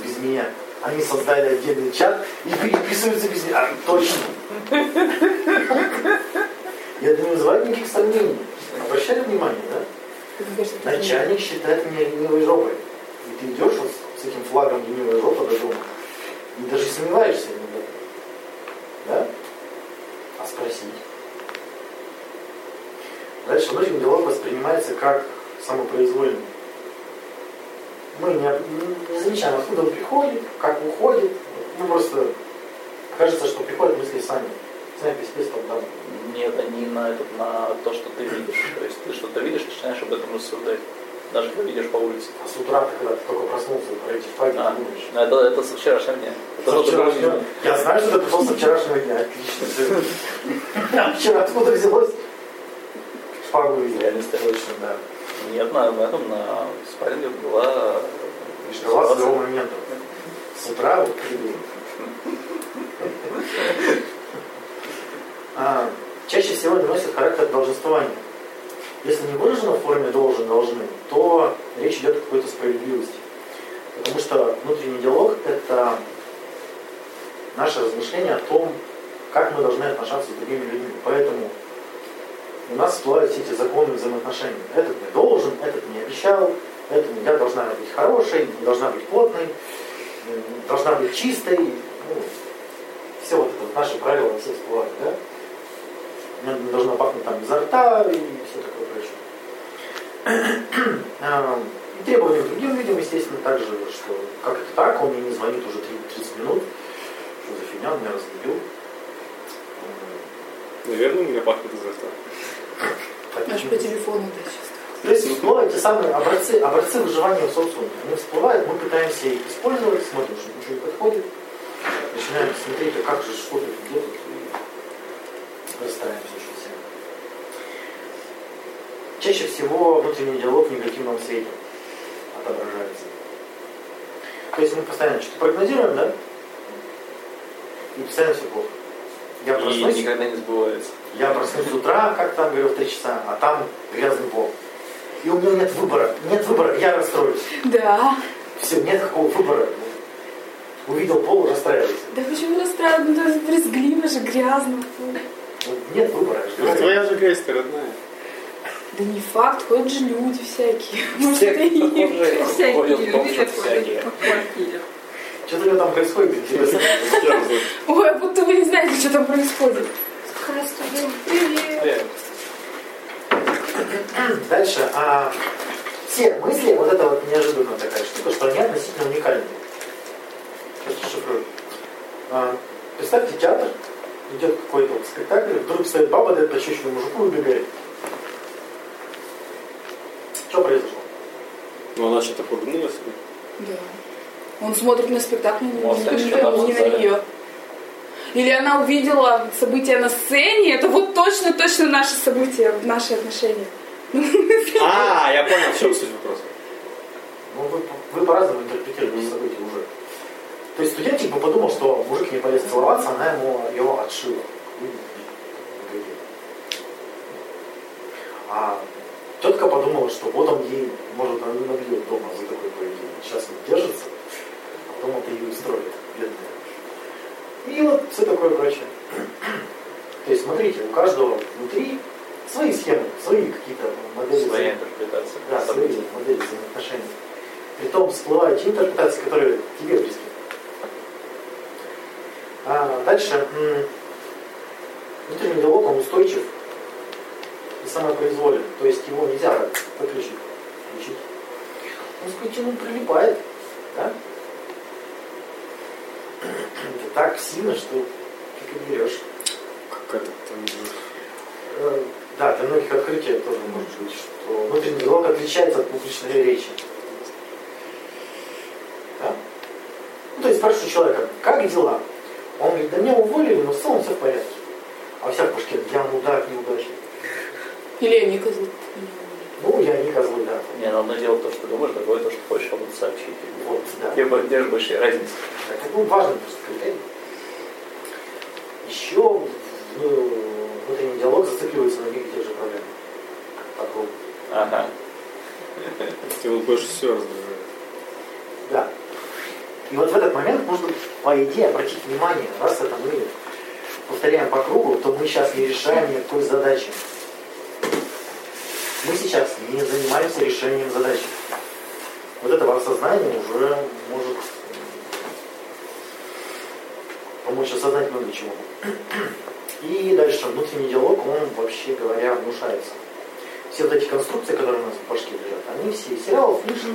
[SPEAKER 1] без меня. Они создали отдельный чат и переписываются без меня. А, точно. Я это не вызывает никаких сомнений. Обращали внимание, да?
[SPEAKER 4] Мне кажется, это
[SPEAKER 1] Начальник считает меня ленивой жопой. И ты идешь вот с таким флагом ленивой жопа до дома. И даже сомневаешься иногда. Да? А спросить. Дальше внутренний диалог воспринимается как самопроизвольный. Мы не, об- не замечаем, откуда он приходит, как уходит. Ну просто кажется, что приходят мысли сами. Знаете, естественно, там.
[SPEAKER 6] Нет, они на, этот, на то, что ты видишь. То есть ты что-то видишь, начинаешь об этом рассуждать. Даже когда идешь по улице.
[SPEAKER 1] А с утра, ты, когда ты только проснулся, про эти флаги
[SPEAKER 6] А,
[SPEAKER 1] думаешь.
[SPEAKER 6] ну, это, это с вчерашнего дня. Это
[SPEAKER 1] Со
[SPEAKER 6] вот
[SPEAKER 1] вчерашнего-
[SPEAKER 6] другое.
[SPEAKER 1] Я знаю, что это просто вчерашнего дня. Отлично. всё. А [LAUGHS] вчера откуда взялось? Шпагу видели.
[SPEAKER 6] Реальность
[SPEAKER 1] Точно, да.
[SPEAKER 6] Нет, на, на этом, на спарринге была... э,
[SPEAKER 1] Ждала
[SPEAKER 6] ситуация.
[SPEAKER 1] своего момента. С утра вот приду. А, Чаще всего это носит характер долженствования. Если не выражено в форме должен, должны, то речь идет о какой-то справедливости. Потому что внутренний диалог – это наше размышление о том, как мы должны отношаться с другими людьми. Поэтому у нас всплывают все эти законы взаимоотношений. Этот не должен, этот не обещал, этому я должна быть хорошей, не должна быть плотной, м, должна быть чистой. Ну, все вот это вот наши правила все всплывают, да? Она должна пахнуть там изо рта и все такое прочее. [CLEARS THROAT] Эм, и Требования к другим людям, естественно, также, что как это так, он мне не звонит уже три- 30 минут. Что за фигня, он меня разбудил. Эм,
[SPEAKER 7] Наверное, у меня пахнет изо рта.
[SPEAKER 1] а
[SPEAKER 3] Аж по телефону, да, сейчас.
[SPEAKER 1] То есть, ну, эти самые образцы, образцы выживания в социуме, они всплывают, мы пытаемся их использовать, смотрим, что ничего не подходит, начинаем смотреть, а как же что-то делать, и расстраиваемся очень сильно. Чаще всего внутренний диалог в негативном свете отображается. То есть мы постоянно что-то прогнозируем, да? И постоянно все плохо. Я
[SPEAKER 6] И
[SPEAKER 1] проснусь,
[SPEAKER 6] никогда не сбывается.
[SPEAKER 1] я проснусь с утра, как там говорил, в 3 часа, а там грязный пол. И у меня нет выбора. Нет выбора, я расстроюсь.
[SPEAKER 4] Да.
[SPEAKER 1] Все, нет какого выбора. Увидел пол, расстраивался.
[SPEAKER 4] Да почему расстраивает? Ну, это брезгливо же, грязно. фу.
[SPEAKER 1] Вот Нет выбора. я же
[SPEAKER 7] Это
[SPEAKER 1] говорю.
[SPEAKER 7] твоя же грязь, ты родная.
[SPEAKER 4] Да не факт, ходят же люди всякие. Может,
[SPEAKER 5] Всех
[SPEAKER 4] это и
[SPEAKER 5] таких же.
[SPEAKER 6] Ходят
[SPEAKER 4] всякие
[SPEAKER 6] в том,
[SPEAKER 4] люди.
[SPEAKER 6] что всякие.
[SPEAKER 5] квартире.
[SPEAKER 1] Что-то у него там происходит, интересно.
[SPEAKER 7] Я же знаю.
[SPEAKER 4] Ой, а будто вы не знаете, что там происходит.
[SPEAKER 6] Привет.
[SPEAKER 1] Дальше. а, все мысли, вот это вот неожиданная такая штука, что они относительно уникальны. Сейчас расшифрую. А, представьте театр, идет какой-то вот спектакль, вдруг стоит баба, дает пощечину мужику и убегает. Что произошло?
[SPEAKER 7] Ну, она что-то погнулась.
[SPEAKER 4] Да. Он смотрит на спектакль, не
[SPEAKER 6] Может,
[SPEAKER 4] на
[SPEAKER 6] они
[SPEAKER 4] нее,
[SPEAKER 6] что-то
[SPEAKER 4] не на
[SPEAKER 6] обсуждали.
[SPEAKER 4] нее. Или она увидела события на сцене, это вот точно-точно наши события, наши отношения.
[SPEAKER 7] А, я понял, в чем суть вопроса.
[SPEAKER 1] Ну, вы, вы по-разному интерпретируете события уже. То есть студент типа подумал, что мужик не полез целоваться, она ему его отшила. Ну, А тетка подумала, что вот он ей, может, она не набьет дома за такое поведение. Сейчас он держится, а потом это ее устроит, бедная. И вот все такое прочее. То есть, смотрите, у каждого внутри свои схемы, свои какие-то модели.
[SPEAKER 6] Своя интерпретация.
[SPEAKER 1] Да, события, модели взаимоотношений. Притом всплывают те интерпретации, которые тебе близки. А, дальше. м, Внутренний диалог, он устойчив и самопроизволен. То есть его нельзя выключить. Включить. Он к скотину прилипает. Да? [CLEARS THROAT] Это так сильно, что фиг и берешь.
[SPEAKER 7] Как это там?
[SPEAKER 1] Э, Да, для многих открытие тоже может быть, что внутренний диалог отличается от публичной речи. Да? Ну, то есть спрашиваю человека, как дела? Он говорит, да меня уволили, но в целом все в порядке. А вся пушке, я мудак, неудачник.
[SPEAKER 4] Или они козлы.
[SPEAKER 1] Ну, я не козлы, да.
[SPEAKER 6] Не, ну, одно дело то, что думаешь, другое то, что хочешь кому-то сообщить.
[SPEAKER 1] Вот, да.
[SPEAKER 6] Где, бо- где же большая разница?
[SPEAKER 1] Так, ну, важный просто критерий. Еще ну, внутренний диалог зацикливается на одних и тех же проблемах. По кругу.
[SPEAKER 6] Ага.
[SPEAKER 7] Тебя вот больше всего раздражает.
[SPEAKER 1] Да. И вот в этот момент нужно, по идее, обратить внимание, раз это мы повторяем по кругу, то мы сейчас не решаем никакой задачи. Мы сейчас не занимаемся решением задачи. Вот этого осознания уже может помочь осознать много чего. И дальше внутренний диалог, он, вообще говоря, внушается. Все вот эти конструкции, которые у нас в башке лежат, они все из сериалов, книжек,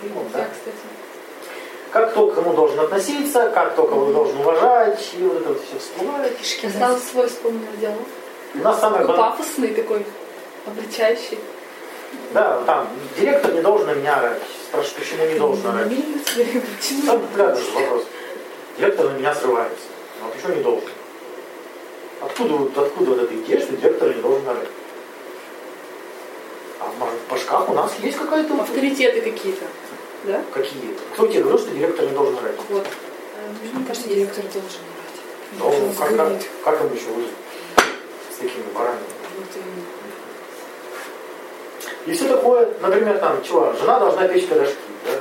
[SPEAKER 1] фильмов, да?
[SPEAKER 3] Я, кстати.
[SPEAKER 1] как кто к кому должен относиться, как кто кого должен уважать, и вот это вот все всплывает.
[SPEAKER 3] Я сразу свой вспомнила диалог.
[SPEAKER 1] У нас самое
[SPEAKER 3] Такой
[SPEAKER 1] главное,
[SPEAKER 3] пафосный такой, обличающий.
[SPEAKER 1] да, там, директор не должен на меня орать. Спрашиваю, почему не должен орать?
[SPEAKER 3] Мило тебе, почему?
[SPEAKER 1] Там популярный же вопрос. Директор на меня срывается. Ну, а почему не должен? Откуда, вот- откуда вот эта идея, что директор не должен орать? А может, в башках у нас есть какая-то... вот-
[SPEAKER 3] Авторитеты какие-то. Да?
[SPEAKER 1] Какие? Кто тебе говорил, что директор не должен орать?
[SPEAKER 3] Вот.
[SPEAKER 4] Мне кажется, директор должен играть.
[SPEAKER 1] Да, он- как, как, Ну, как он еще выжил? С такими баранами.
[SPEAKER 4] Вот именно.
[SPEAKER 1] И все такое, например, там, чего, жена должна печь пирожки, да?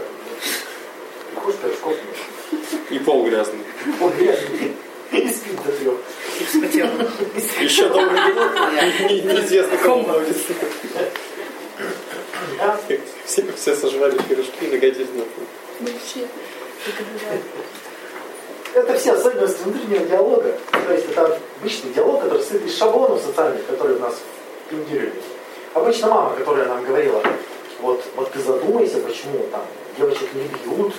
[SPEAKER 1] Приходишь, пирожков нет.
[SPEAKER 7] И пол грязный.
[SPEAKER 1] Он грязный. И спит до трех.
[SPEAKER 5] Вспотела.
[SPEAKER 7] Еще добрый день. Не- Неизвестно, кому на улице.
[SPEAKER 1] Да?
[SPEAKER 7] Все, все сожрали пирожки и нагодились на пол.
[SPEAKER 3] Вообще.
[SPEAKER 1] Это все особенности внутреннего диалога. То есть это обычный диалог, который сыт из шаблонов социальных, которые у нас пиндюрили. Обычно мама, которая нам говорила, вот, вот ты задумайся, почему там девочек не бьют,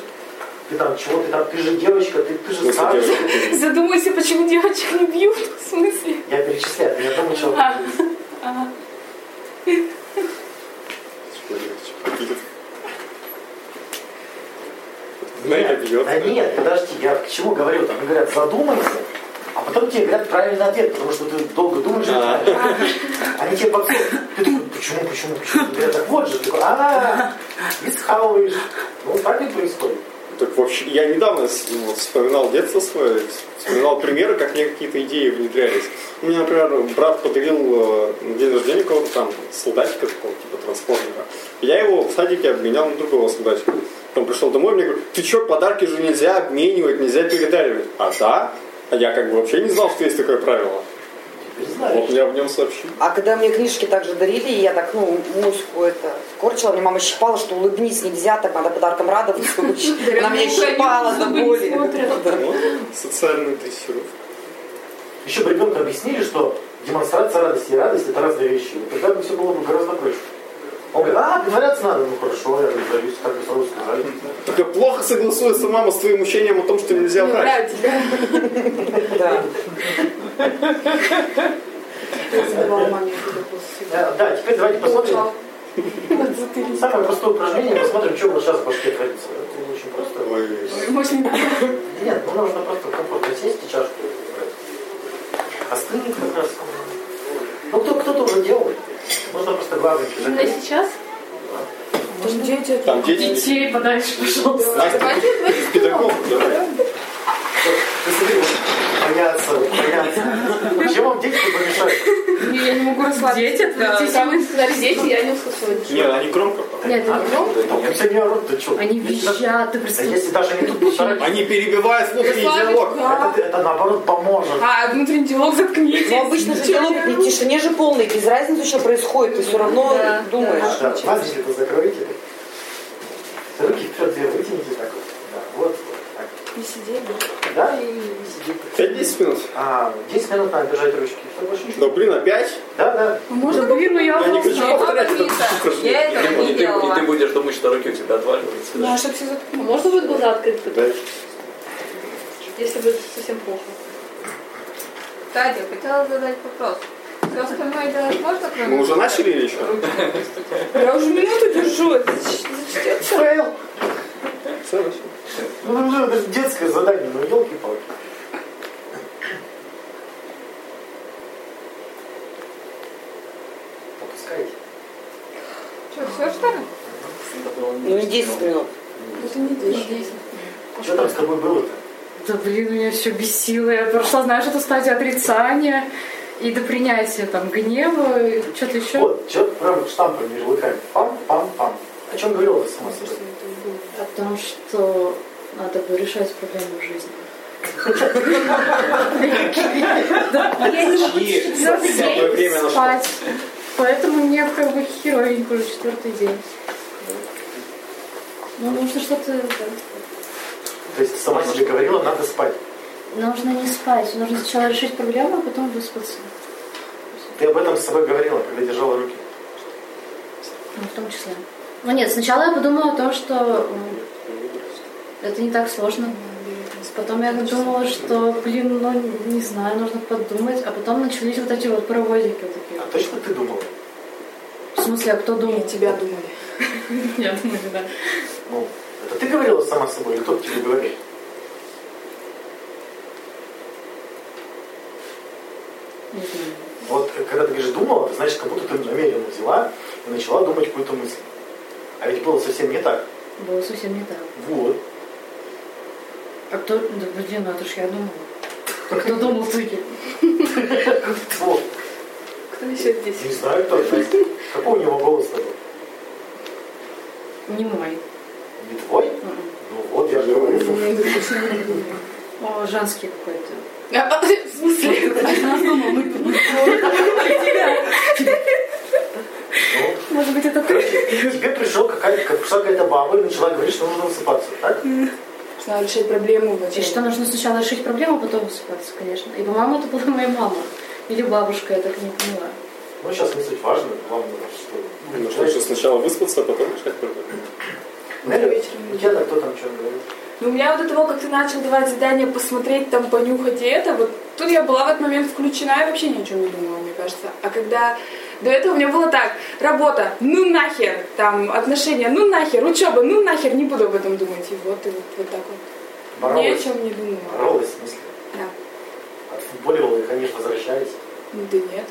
[SPEAKER 1] ты там чего, ты там, ты же девочка, ты, Ну, ты же
[SPEAKER 7] Если
[SPEAKER 1] знаешь.
[SPEAKER 7] девушка ты-
[SPEAKER 4] Задумайся, почему девочек не бьют, в смысле?
[SPEAKER 1] Я перечисляю, ты не думаю, что...
[SPEAKER 4] А, а.
[SPEAKER 7] Знаете, бьет.
[SPEAKER 1] да нет, подожди, я к чему говорю? Там говорят, задумайся, а потом тебе говорят правильный ответ, потому что ты долго думаешь, и не
[SPEAKER 7] А.
[SPEAKER 1] знаешь. Они тебе подсказывают. Ты такой, почему, почему, почему? Я так вот же, ты такой, а и схаваешь. Ну, так и происходит.
[SPEAKER 7] Так вообще, я недавно с- ну, вот вспоминал детство свое, вспоминал примеры, как мне какие-то идеи внедрялись. У меня, например, брат подарил э, на день рождения какого-то там солдатика такого, типа трансформера. Я его в садике обменял на другого солдатика. Он пришел домой, мне говорит, ты что, подарки же нельзя обменивать, нельзя передаривать. А да? А я как бы вообще не знал, что есть такое правило.
[SPEAKER 1] Теперь
[SPEAKER 7] Вот
[SPEAKER 1] знаешь.
[SPEAKER 7] мне об нем сообщили.
[SPEAKER 2] А когда мне книжки также дарили, и я так, ну, музыку это корчила, мне мама щипала, что улыбнись нельзя, так надо подарком радоваться. [LAUGHS] чтобы щ- Она меня щипала до
[SPEAKER 4] Зубы не
[SPEAKER 2] боли.
[SPEAKER 4] смотрят.
[SPEAKER 2] Да.
[SPEAKER 7] Ну, социальная дрессировка.
[SPEAKER 1] Еще бы ребенку объяснили, что демонстрация радости и радость это разные вещи. И тогда бы все было бы гораздо проще. Он говорит, а, договориться надо, ну хорошо, я договорюсь, как бы сразу сказали.
[SPEAKER 7] Только плохо согласуется мама с твоим учением о том, что нельзя
[SPEAKER 3] Ну,
[SPEAKER 4] Не
[SPEAKER 7] врать.
[SPEAKER 4] брать, да.
[SPEAKER 2] Да.
[SPEAKER 3] Я задавала маме этот вопрос всегда.
[SPEAKER 1] Э, Да, теперь давайте посмотрим.
[SPEAKER 4] Получал.
[SPEAKER 1] Самое простое упражнение, посмотрим, что у вас сейчас в башке творится. Это очень просто.
[SPEAKER 7] Ой.
[SPEAKER 4] Мощный.
[SPEAKER 1] Нет, ну нужно просто комфортно сесть и чашку брать. А стынет как раз. Ну кто, кто-то уже делает. Можно просто
[SPEAKER 8] Ну,
[SPEAKER 1] глазочки
[SPEAKER 3] Именно
[SPEAKER 1] закрыть.
[SPEAKER 3] А сейчас
[SPEAKER 4] Там дети.
[SPEAKER 7] Там дети
[SPEAKER 3] детей подальше, пожалуйста.
[SPEAKER 7] Настя, педагог, давай.
[SPEAKER 1] Ты смотри, вот, боятся, вот, боятся. Чем вам дети помешают?
[SPEAKER 4] Не, Я не могу расслабиться.
[SPEAKER 5] Дети, да.
[SPEAKER 3] Дети, вы сказали дети, я не услышала ничего.
[SPEAKER 7] Нет, они громко.
[SPEAKER 8] Нет,
[SPEAKER 1] А?
[SPEAKER 8] они громко.
[SPEAKER 1] Там все не орут, ты что?
[SPEAKER 8] Они визжат, ты
[SPEAKER 1] Да
[SPEAKER 8] представляешь?
[SPEAKER 1] если даже они тут полтора...
[SPEAKER 7] Они перебивают внутренний
[SPEAKER 4] Славик,
[SPEAKER 7] диалог.
[SPEAKER 4] да.
[SPEAKER 1] Это, это наоборот поможет.
[SPEAKER 4] А, внутренний диалог заткнитесь.
[SPEAKER 2] Но Ну, обычно же диалог в тишине же полный, без разницы, что происходит, ты все равно
[SPEAKER 3] Да,
[SPEAKER 2] думаешь.
[SPEAKER 1] Да, мальчики это закройте. Руки вперед две вытяните так вот. Да, вот, вот, так.
[SPEAKER 4] Не сидеть, да.
[SPEAKER 1] Да, и, и сидите.
[SPEAKER 7] 5-10 минут.
[SPEAKER 1] А, 10 минут надо держать ручки. Все, больше ничего.
[SPEAKER 7] Да блин, опять?
[SPEAKER 1] Да, да.
[SPEAKER 4] Можно
[SPEAKER 9] ну
[SPEAKER 4] блин, но я
[SPEAKER 7] Я не хочу
[SPEAKER 4] узнала.
[SPEAKER 7] повторять это упражнение.
[SPEAKER 8] Я этого
[SPEAKER 6] И
[SPEAKER 8] не
[SPEAKER 6] ты, и ты
[SPEAKER 8] делала.
[SPEAKER 6] будешь думать, что руки у тебя отваливаются. да?
[SPEAKER 4] Да, чтоб все заткнуло.
[SPEAKER 3] Можно будет глаза открыть,
[SPEAKER 7] Да.
[SPEAKER 3] если будет совсем плохо?
[SPEAKER 8] Кстати, я хотела задать вопрос. Все остальное делать можно, кроме...
[SPEAKER 7] Мы уже начали или еще?
[SPEAKER 4] Я уже минуту держу. это ч- зачтется.
[SPEAKER 1] Фейл.
[SPEAKER 7] Все, вообще.
[SPEAKER 1] Ну, ну, ну, это же детское задание, ну, елки-палки. Опускайте.
[SPEAKER 8] Что, все что ли?
[SPEAKER 6] Это было не
[SPEAKER 2] Ну не
[SPEAKER 6] очень
[SPEAKER 2] 10
[SPEAKER 6] много.
[SPEAKER 2] минут.
[SPEAKER 3] Это не дети.
[SPEAKER 4] А
[SPEAKER 1] Что там с тобой было-то?
[SPEAKER 8] Да блин, меня все бесило. Я прошла, знаешь, эту стадию отрицания и до принятия там гнева, что-то еще.
[SPEAKER 1] Вот, человек прям штампами ярлыками. Пам-пам-пам. О чем говорила ты сама себе?
[SPEAKER 8] О том, что надо бы решать проблемы жизни.
[SPEAKER 7] Какие самое время нашло?
[SPEAKER 8] Спать. Поэтому мне как бы херовенько уже четвертый день. Ну, нужно что-то...
[SPEAKER 1] То есть ты сама себе говорила, надо спать.
[SPEAKER 8] Нужно не спать. Нужно сначала решить проблему, а потом выспаться.
[SPEAKER 1] Ты об этом с собой говорила, когда держала руки.
[SPEAKER 8] Ну, в том числе. Ну нет, сначала я подумала о том, что м, это не так сложно. Потом я думала, что, блин, ну не знаю, нужно подумать. А потом начались вот эти вот паровозики вот такие.
[SPEAKER 1] А точно ты думала?
[SPEAKER 8] В смысле, а кто думал?
[SPEAKER 3] тебя думали.
[SPEAKER 8] Я думаю, да.
[SPEAKER 1] Ну, это ты говорила сама с собой, или кто тебе говорит?
[SPEAKER 8] Не знаю.
[SPEAKER 1] Вот э, когда ты говоришь думала, ты значит, как будто ты намеренно взяла и начала думать какую-то мысль. А ведь было совсем не так.
[SPEAKER 8] Было совсем не так.
[SPEAKER 1] Вот.
[SPEAKER 8] А кто... Да блин, ну это ж я думала. Кто думал таки?
[SPEAKER 1] Вот.
[SPEAKER 3] Кто еще здесь?
[SPEAKER 1] Не знаю, кто это. Какой у него голос такой?
[SPEAKER 8] Не мой.
[SPEAKER 1] Не твой? Ну вот, я же говорю.
[SPEAKER 8] О, женский какой-то.
[SPEAKER 4] А, а, В смысле?
[SPEAKER 1] Ну,
[SPEAKER 8] Может быть, это
[SPEAKER 1] короче, тебе пришел какая-то, как пришла какая-то баба и начала говорить, что нужно высыпаться, так?
[SPEAKER 4] Надо решать проблему
[SPEAKER 8] И
[SPEAKER 4] вначале.
[SPEAKER 8] что нужно сначала решить проблему, а потом высыпаться, конечно. И, по-моему, это была моя мама. Или бабушка, я так и не поняла.
[SPEAKER 1] Ну, сейчас не суть важно, главное, что...
[SPEAKER 7] Ну что, что сначала выспаться, а потом решать проблемы.
[SPEAKER 1] Наверное, я так кто там что говорит.
[SPEAKER 4] Но у меня вот до того, как ты начал давать задание посмотреть, там, понюхать и это, вот тут я была в этот момент включена и вообще ни о чем не думала, мне кажется. А когда до этого у меня было так, работа, ну нахер, там, отношения, ну нахер, учеба, ну нахер, не буду об этом думать. И вот, и вот, вот так вот. Ни о
[SPEAKER 1] Боролась.
[SPEAKER 4] чем не думала.
[SPEAKER 1] Боролась, в смысле.
[SPEAKER 4] Да.
[SPEAKER 1] Отфутболивала и, конечно, возвращались.
[SPEAKER 4] Ну да нет,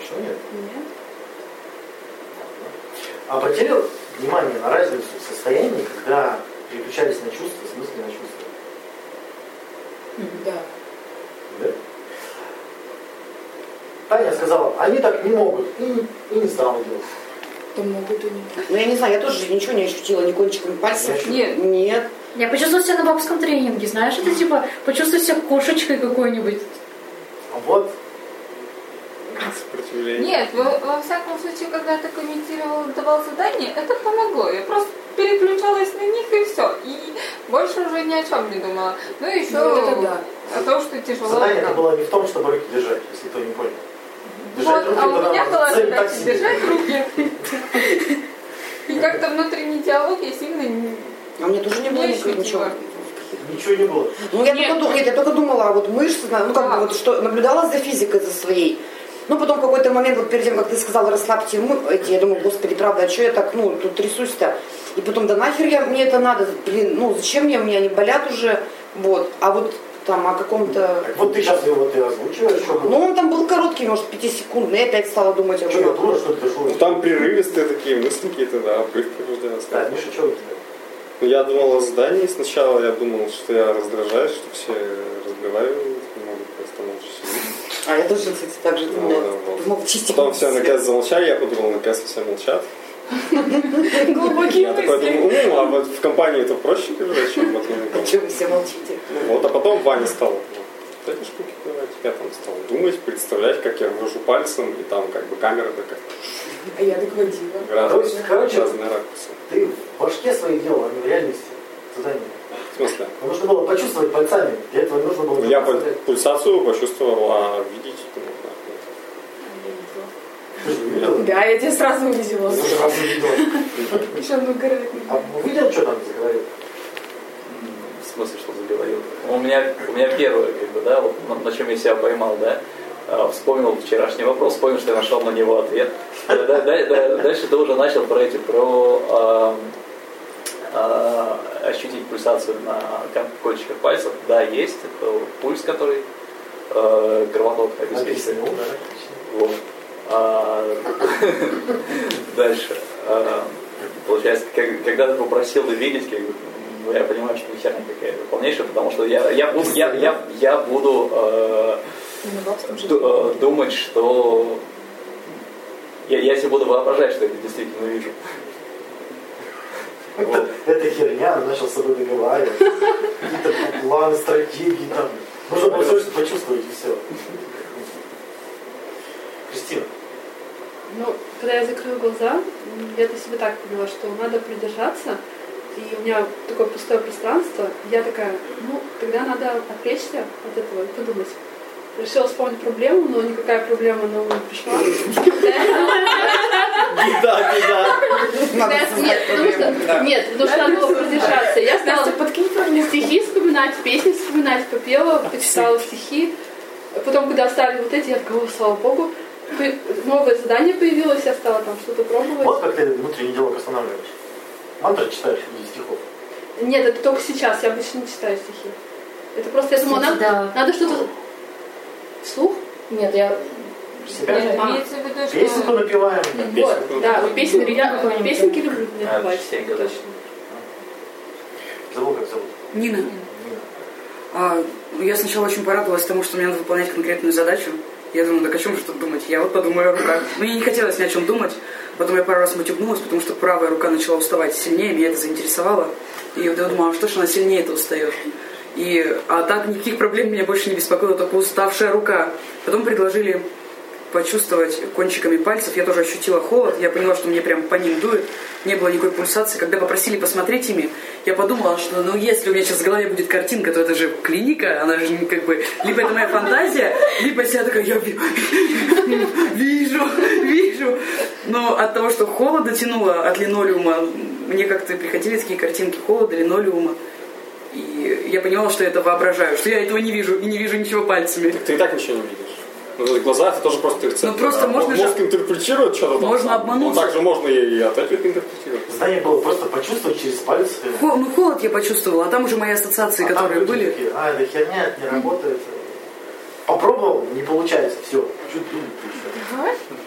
[SPEAKER 1] Почему нет?
[SPEAKER 4] нет.
[SPEAKER 1] Обратили А внимание на разницу в состоянии, когда переключались на чувства, с мысли на чувства?
[SPEAKER 4] Да.
[SPEAKER 1] Да? Таня сказала, они так не могут, и, не- и не стала делать.
[SPEAKER 4] Да могут и нет.
[SPEAKER 2] Ну, я не знаю, я тоже ничего не ощутила ни кончиками пальцев.
[SPEAKER 4] Нет.
[SPEAKER 2] Нет.
[SPEAKER 8] Я почувствовала себя на бабском тренинге, знаешь, это типа почувствовать себя кошечкой какой-нибудь.
[SPEAKER 1] А вот
[SPEAKER 7] Сопротивление.
[SPEAKER 9] Нет, во, во всяком случае, когда ты комментировал, давал задание, это помогло. Я просто переключалась на них и все. И больше уже ни о чем не думала. Ну и еще
[SPEAKER 4] Ну, это да.
[SPEAKER 9] о том, что тяжело.
[SPEAKER 1] задание это
[SPEAKER 9] там.
[SPEAKER 1] было не в том, чтобы руки держать, если кто не понял.
[SPEAKER 9] Вот, а
[SPEAKER 1] это
[SPEAKER 9] у меня
[SPEAKER 1] надо.
[SPEAKER 9] была
[SPEAKER 1] Цель
[SPEAKER 9] задача
[SPEAKER 1] так себе.
[SPEAKER 9] держать руки. И как-то внутренний диалог я сильно не...
[SPEAKER 2] А у меня тоже не было
[SPEAKER 9] Не
[SPEAKER 2] никак- ничего.
[SPEAKER 9] ощутила.
[SPEAKER 1] Ничего не было.
[SPEAKER 2] Ну, я только, ду- нет, я только думала, а вот мышцы, на- ну, как
[SPEAKER 9] Да.
[SPEAKER 2] бы вот что, наблюдала за физикой за своей. Ну, потом в какой-то момент, вот перед тем, как ты сказала, расслабьте мы, эти, я думаю, господи, правда, а что я так, ну, тут трясусь-то? И потом, да нахер я, мне это надо, блин, ну, зачем мне, у меня они болят уже, вот. А вот там о каком-то...
[SPEAKER 1] Так вот ты сейчас его ты озвучиваешь, что
[SPEAKER 2] Ну, он там был короткий, может, пятисекундный, я опять стала думать о
[SPEAKER 1] что я
[SPEAKER 2] чем.
[SPEAKER 1] дура, что ты
[SPEAKER 7] Ну,
[SPEAKER 1] дышу.
[SPEAKER 7] Там прерывистые такие мысли какие-то, да, обрывки
[SPEAKER 1] Да,
[SPEAKER 7] рождаются.
[SPEAKER 1] Миша, что у тебя?
[SPEAKER 7] Ну, я думал о задании сначала, я думал, что я раздражаюсь, что все разговаривают, не могут просто молча сидеть.
[SPEAKER 2] А я тоже, кстати, так же
[SPEAKER 7] Ну,
[SPEAKER 2] думала.
[SPEAKER 7] да, вот.
[SPEAKER 2] Молчите.
[SPEAKER 7] Потом все наконец замолчали, я подумал, наконец все молчат.
[SPEAKER 4] Глубокие
[SPEAKER 7] Я такой
[SPEAKER 4] мысли.
[SPEAKER 7] думал, ну, а вот в компании это проще говорить, чем в одном
[SPEAKER 2] О чем вы все молчите?
[SPEAKER 7] Ну вот, а потом Ваня стал вот эти штуки давать. Я там стал думать, представлять, как я вожу пальцем, и там как бы камера такая.
[SPEAKER 4] А я так водила.
[SPEAKER 1] То есть, короче,
[SPEAKER 7] разные ракурсы.
[SPEAKER 1] Ты в башке свои дела, а не в реальности. Задание.
[SPEAKER 7] В смысле?
[SPEAKER 1] Ну, нужно было почувствовать пальцами. Для этого нужно было...
[SPEAKER 7] Я по-
[SPEAKER 1] посмотреть.
[SPEAKER 7] пульсацию почувствовал, а видеть, ну, да.
[SPEAKER 1] Ты же видел?
[SPEAKER 4] Да, я тебя сразу увидела.
[SPEAKER 1] Я же раз видел.
[SPEAKER 4] Еще ну городок.
[SPEAKER 1] А увидел, что там заговорил?
[SPEAKER 6] В смысле, что заговорил? У меня, у меня первое, как бы, да, вот на, на чем я себя поймал, да, А, вспомнил вчерашний вопрос, вспомнил, что я нашел на него ответ. Да, да, да, да, Дальше ты уже начал про эти, про а, а, ощутить пульсацию на кон- кончиках пальцев. Да, есть, это пульс, который э, кровоток обеспечивает.
[SPEAKER 1] Написано, ну, да, отлично.
[SPEAKER 6] Вот. А, [LAUGHS] Дальше. А, Получается, как- когда ты попросил увидеть, как бы, ну, я понимаю, что херня какая-то полнейшая, потому что я, я, буду, я, я, я буду э,
[SPEAKER 2] Ну,
[SPEAKER 6] ду- э, думать, что я, я себе буду воображать, что я это действительно вижу. Вот.
[SPEAKER 1] Эта херня, она начала с собой договаривать. Какие-то планы, стратегии там. Нужно было срочно почувствовать и все. Кристина,
[SPEAKER 3] Ну, когда я закрыла глаза, м, я для себя так поняла, что надо придержаться, и у меня такое пустое пространство, и я такая, ну, тогда надо отвлечься от этого и подумать. Решила вспомнить проблему, но никакая проблема на ум не пришла.
[SPEAKER 7] Беда, беда.
[SPEAKER 2] Надо
[SPEAKER 3] Нет,
[SPEAKER 2] создать
[SPEAKER 3] потому
[SPEAKER 2] проблему, да.
[SPEAKER 3] что, нет, потому что надо было продержаться. Я стала
[SPEAKER 4] Настя, подкинь проблему.
[SPEAKER 3] стихи вспоминать, песни вспоминать, попела, почитала стихи. Потом, когда стали вот эти, я такая, «О, слава богу, Пы- новое задание появилось, я стала там что-то пробовать.
[SPEAKER 1] вот как ты внутренний диалог останавливаешь. Мантры читаешь из стихов.
[SPEAKER 3] Нет, это только сейчас, я обычно не читаю стихи. Это просто, я думала,
[SPEAKER 8] Кстати,
[SPEAKER 3] надо,
[SPEAKER 8] да.
[SPEAKER 3] надо что-то... Слух?
[SPEAKER 8] Нет, я
[SPEAKER 1] Себя
[SPEAKER 3] А.
[SPEAKER 9] Имеется в виду,
[SPEAKER 1] песенку
[SPEAKER 9] что...
[SPEAKER 1] напиваем.
[SPEAKER 3] вот, да, вот песни,
[SPEAKER 8] Люблю
[SPEAKER 3] я,
[SPEAKER 8] какую-нибудь.
[SPEAKER 3] песенки люблю
[SPEAKER 6] А,
[SPEAKER 3] напевать.
[SPEAKER 6] частенько, да.
[SPEAKER 3] точно.
[SPEAKER 1] Забыл, как зовут.
[SPEAKER 5] Нина,
[SPEAKER 1] Нина.
[SPEAKER 5] а, я сначала очень порадовалась тому, что мне надо выполнять конкретную задачу. Я думала, так о чем же тут думать? Я вот подумаю о руках. Ну, мне не хотелось ни о чем думать. Потом я пару раз матюгнулась, потому что правая рука начала уставать сильнее, меня это заинтересовало. И вот я думала, а что ж она сильнее-то устает? И, а так никаких проблем меня больше не беспокоила, только уставшая рука. Потом предложили почувствовать кончиками пальцев. Я тоже ощутила холод. Я поняла, что мне прям по ним дует. Не было никакой пульсации. Когда попросили посмотреть ими, я подумала, что ну если у меня сейчас в голове будет картинка, то это же клиника. Она же не как бы... Либо это моя фантазия, либо я такая, я ви- [LAUGHS] вижу, вижу. Но от того, что холода тянуло от линолеума, мне как-то приходили такие картинки холода, линолеума. И я понимала, что я это воображаю, что я этого не вижу и не вижу ничего пальцами.
[SPEAKER 7] Ты и так ничего не видишь. Ну, то есть глаза это тоже просто рецепт.
[SPEAKER 5] Ну, просто можно же-
[SPEAKER 7] Мозг интерпретирует что-то там.
[SPEAKER 5] Можно
[SPEAKER 7] сам.
[SPEAKER 5] обмануться.
[SPEAKER 7] Ну, так же можно и и от этого интерпретировать.
[SPEAKER 1] Знание было просто почувствовать через э, пальцы.
[SPEAKER 5] Хо- ну, холод я почувствовала, а там уже мои ассоциации,
[SPEAKER 1] А там
[SPEAKER 5] которые
[SPEAKER 1] люди
[SPEAKER 5] были.
[SPEAKER 1] такие, а, это херня, это не работает. Попробовал, не получается, все.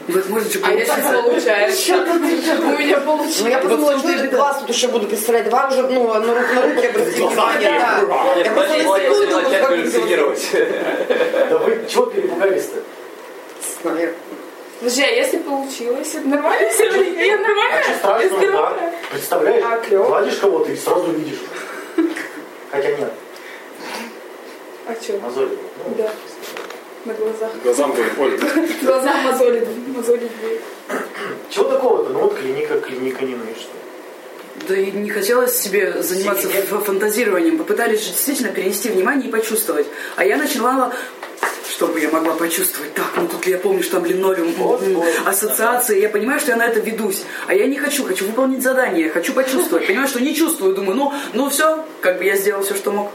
[SPEAKER 5] Вот, может, же
[SPEAKER 4] А я
[SPEAKER 5] получится.
[SPEAKER 4] сейчас получается. У меня получилось.
[SPEAKER 2] Ну, я подумала,
[SPEAKER 5] Вот в
[SPEAKER 2] что
[SPEAKER 5] том-то и
[SPEAKER 2] этот
[SPEAKER 5] беда.
[SPEAKER 2] глаз тут еще буду представлять. Два уже, ну, на, ру- на руки обратили внимание, да. Я просто на секунду думала, как это
[SPEAKER 1] Да вы чего перепугались-то?
[SPEAKER 2] делать.
[SPEAKER 4] Подожди, а если получилось, это нормально все или нет?
[SPEAKER 1] А что
[SPEAKER 4] Нормально? Без
[SPEAKER 1] страшного,
[SPEAKER 4] здоровья?
[SPEAKER 1] да? Представляешь,
[SPEAKER 4] А, клёво.
[SPEAKER 1] гладишь кого-то и сразу видишь. Хотя нет,
[SPEAKER 4] А что?
[SPEAKER 1] мозоли. Ну,
[SPEAKER 4] Да. На глазах.
[SPEAKER 7] Глазам говорит, ой,
[SPEAKER 4] Глаза мозоли, мозоли будут.
[SPEAKER 1] Чего такого-то? Ну вот клиника, клиника не ну и что.
[SPEAKER 5] Да и не хотелось себе заниматься
[SPEAKER 1] Сидеть.
[SPEAKER 5] ф- фантазированием. Попытались же действительно перенести внимание и почувствовать. А я начинала, чтобы я могла почувствовать. Так, ну тут я помню, что там линолеум,
[SPEAKER 1] Вот,
[SPEAKER 5] м, м,
[SPEAKER 1] вот.
[SPEAKER 5] ассоциации. Я понимаю, что я на это ведусь. А я не хочу, хочу выполнить задание, хочу почувствовать. Понимаю, что не чувствую. Думаю, ну, ну все, как бы я сделал все, что мог.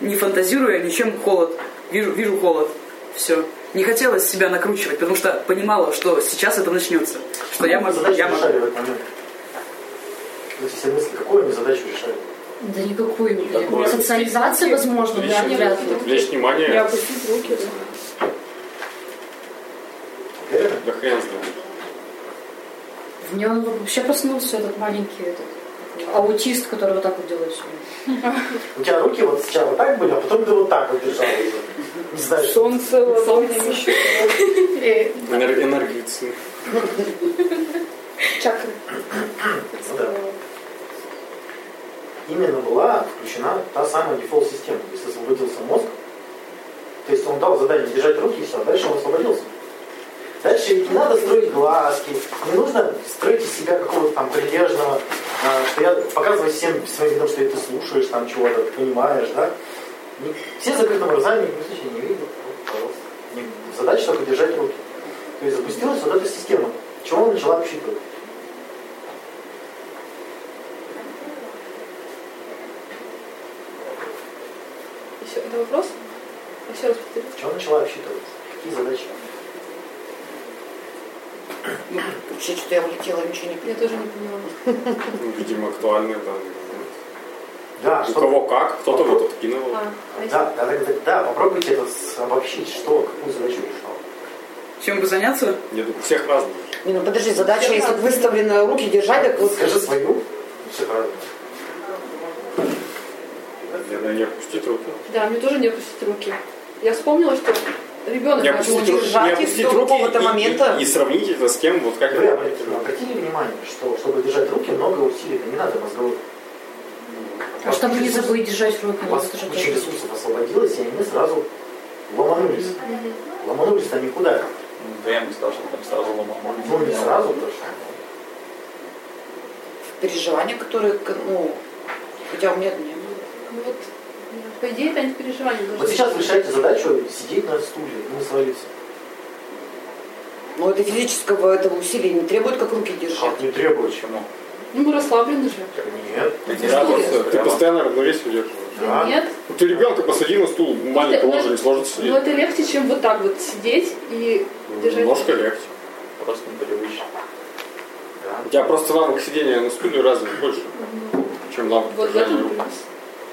[SPEAKER 5] Не фантазируя, ничем холод. Вижу, вижу холод. Все. Не хотелось себя накручивать, потому что понимала, что сейчас это начнется. Что я
[SPEAKER 1] Какую
[SPEAKER 5] могу,
[SPEAKER 1] задачу
[SPEAKER 5] я могу.
[SPEAKER 1] решали в этот момент? Вот если мысли, какую они задачу решали?
[SPEAKER 8] Да никакую.
[SPEAKER 6] Никакую.
[SPEAKER 8] Социализация возможна, да,
[SPEAKER 7] Лишний.
[SPEAKER 8] вряд ли.
[SPEAKER 7] влечь
[SPEAKER 4] Я
[SPEAKER 7] внимание,
[SPEAKER 4] опустить руки. да.
[SPEAKER 1] Уверены?
[SPEAKER 7] да хрен знает.
[SPEAKER 8] В нем вообще проснулся этот маленький этот, аутист, который вот так вот делает все.
[SPEAKER 1] У тебя руки вот сначала так были, а потом ты вот так вот держал. уже. Не знаю, что.
[SPEAKER 4] Солнце, ладони, еще.
[SPEAKER 7] Энер- Энергетизм.
[SPEAKER 4] Чакры.
[SPEAKER 1] Ну да. Именно была включена та самая дефолт-система. То есть освободился мозг, то есть он дал задание держать руки и все, а дальше он освободился. Дальше ведь не надо строить глазки, не нужно строить из себя какого-то там прилежного, а, что я показываю всем своим видом, что ты слушаешь там чего-то, понимаешь, да. Не- Все с закрытым глазами, никаких случае не видят. Вот, пожалуйста. Не- Задача только держать руки. То есть запустилась вот эта система, чего она начала обсчитывать.
[SPEAKER 3] Еще, это вопрос? Еще раз повторю.
[SPEAKER 1] Чего начала обсчитывать? Какие задачи?
[SPEAKER 2] Вообще, что-то я улетела, ничего не
[SPEAKER 3] Я тоже не поняла.
[SPEAKER 7] Ну, Видимо, актуальные данные.
[SPEAKER 1] Да,
[SPEAKER 7] У
[SPEAKER 1] А что-
[SPEAKER 7] кого как, кто-то вот откинул.
[SPEAKER 3] А,
[SPEAKER 1] Да, да, да, да, да, попробуйте это с- обобщить, что, какую задачу решал.
[SPEAKER 5] Чем бы заняться?
[SPEAKER 7] Я думаю, у всех разные.
[SPEAKER 2] Не, ну подожди, задача, если выставлена руки держать, так вот
[SPEAKER 1] Скажи свою, все правильно.
[SPEAKER 7] Наверное, не опустить руку.
[SPEAKER 3] да, мне тоже не опустить руки. Я вспомнила, что ребенок
[SPEAKER 7] Не опустить, ру-
[SPEAKER 2] держать
[SPEAKER 7] не
[SPEAKER 2] их
[SPEAKER 7] опустить
[SPEAKER 2] до
[SPEAKER 7] руки
[SPEAKER 2] какого-то
[SPEAKER 7] и- и-
[SPEAKER 2] момента.
[SPEAKER 7] И, сравнить это с тем, вот как
[SPEAKER 1] Вы
[SPEAKER 7] это.
[SPEAKER 1] обратили, обратили внимание, что чтобы держать руки, много усилий, это не надо мозговых.
[SPEAKER 8] А чтобы не забыть держать руки,
[SPEAKER 1] У
[SPEAKER 8] надо
[SPEAKER 1] вас
[SPEAKER 8] тоже
[SPEAKER 1] куча
[SPEAKER 8] держать.
[SPEAKER 1] ресурсов освободилось, и они сразу ломанулись. Ломанулись-то никуда.
[SPEAKER 6] Ну, Да я бы не сказал, что там сразу ломал.
[SPEAKER 1] Ну, не сразу, потому что
[SPEAKER 2] переживания, которые, к- ну, хотя у меня не было.
[SPEAKER 3] Ну вот, по идее, это переживание должно
[SPEAKER 1] Вот сейчас вы решаете задачу сидеть на стуле, ну, не свалиться.
[SPEAKER 2] Но Ну, это физического этого усилия не требует, как руки держать.
[SPEAKER 1] Как не требует, чем?
[SPEAKER 6] Почему?
[SPEAKER 3] Ну, мы расслаблены же.
[SPEAKER 1] Нет.
[SPEAKER 7] Да, просто ты постоянно равновесие удерживаешь.
[SPEAKER 1] Да.
[SPEAKER 3] Да. Нет.
[SPEAKER 7] Ну, Ты ребенка посади на стул, маленького
[SPEAKER 3] ну,
[SPEAKER 7] уже не
[SPEAKER 3] Но
[SPEAKER 7] сложится сидеть.
[SPEAKER 3] это легче, чем вот так вот сидеть и держать.
[SPEAKER 7] Немножко легче.
[SPEAKER 6] Просто непривычно.
[SPEAKER 1] Да.
[SPEAKER 7] У тебя просто навык сидения на стуле разве больше, чем навык
[SPEAKER 3] Вот в
[SPEAKER 7] держания
[SPEAKER 3] этом
[SPEAKER 7] рук.
[SPEAKER 3] плюс.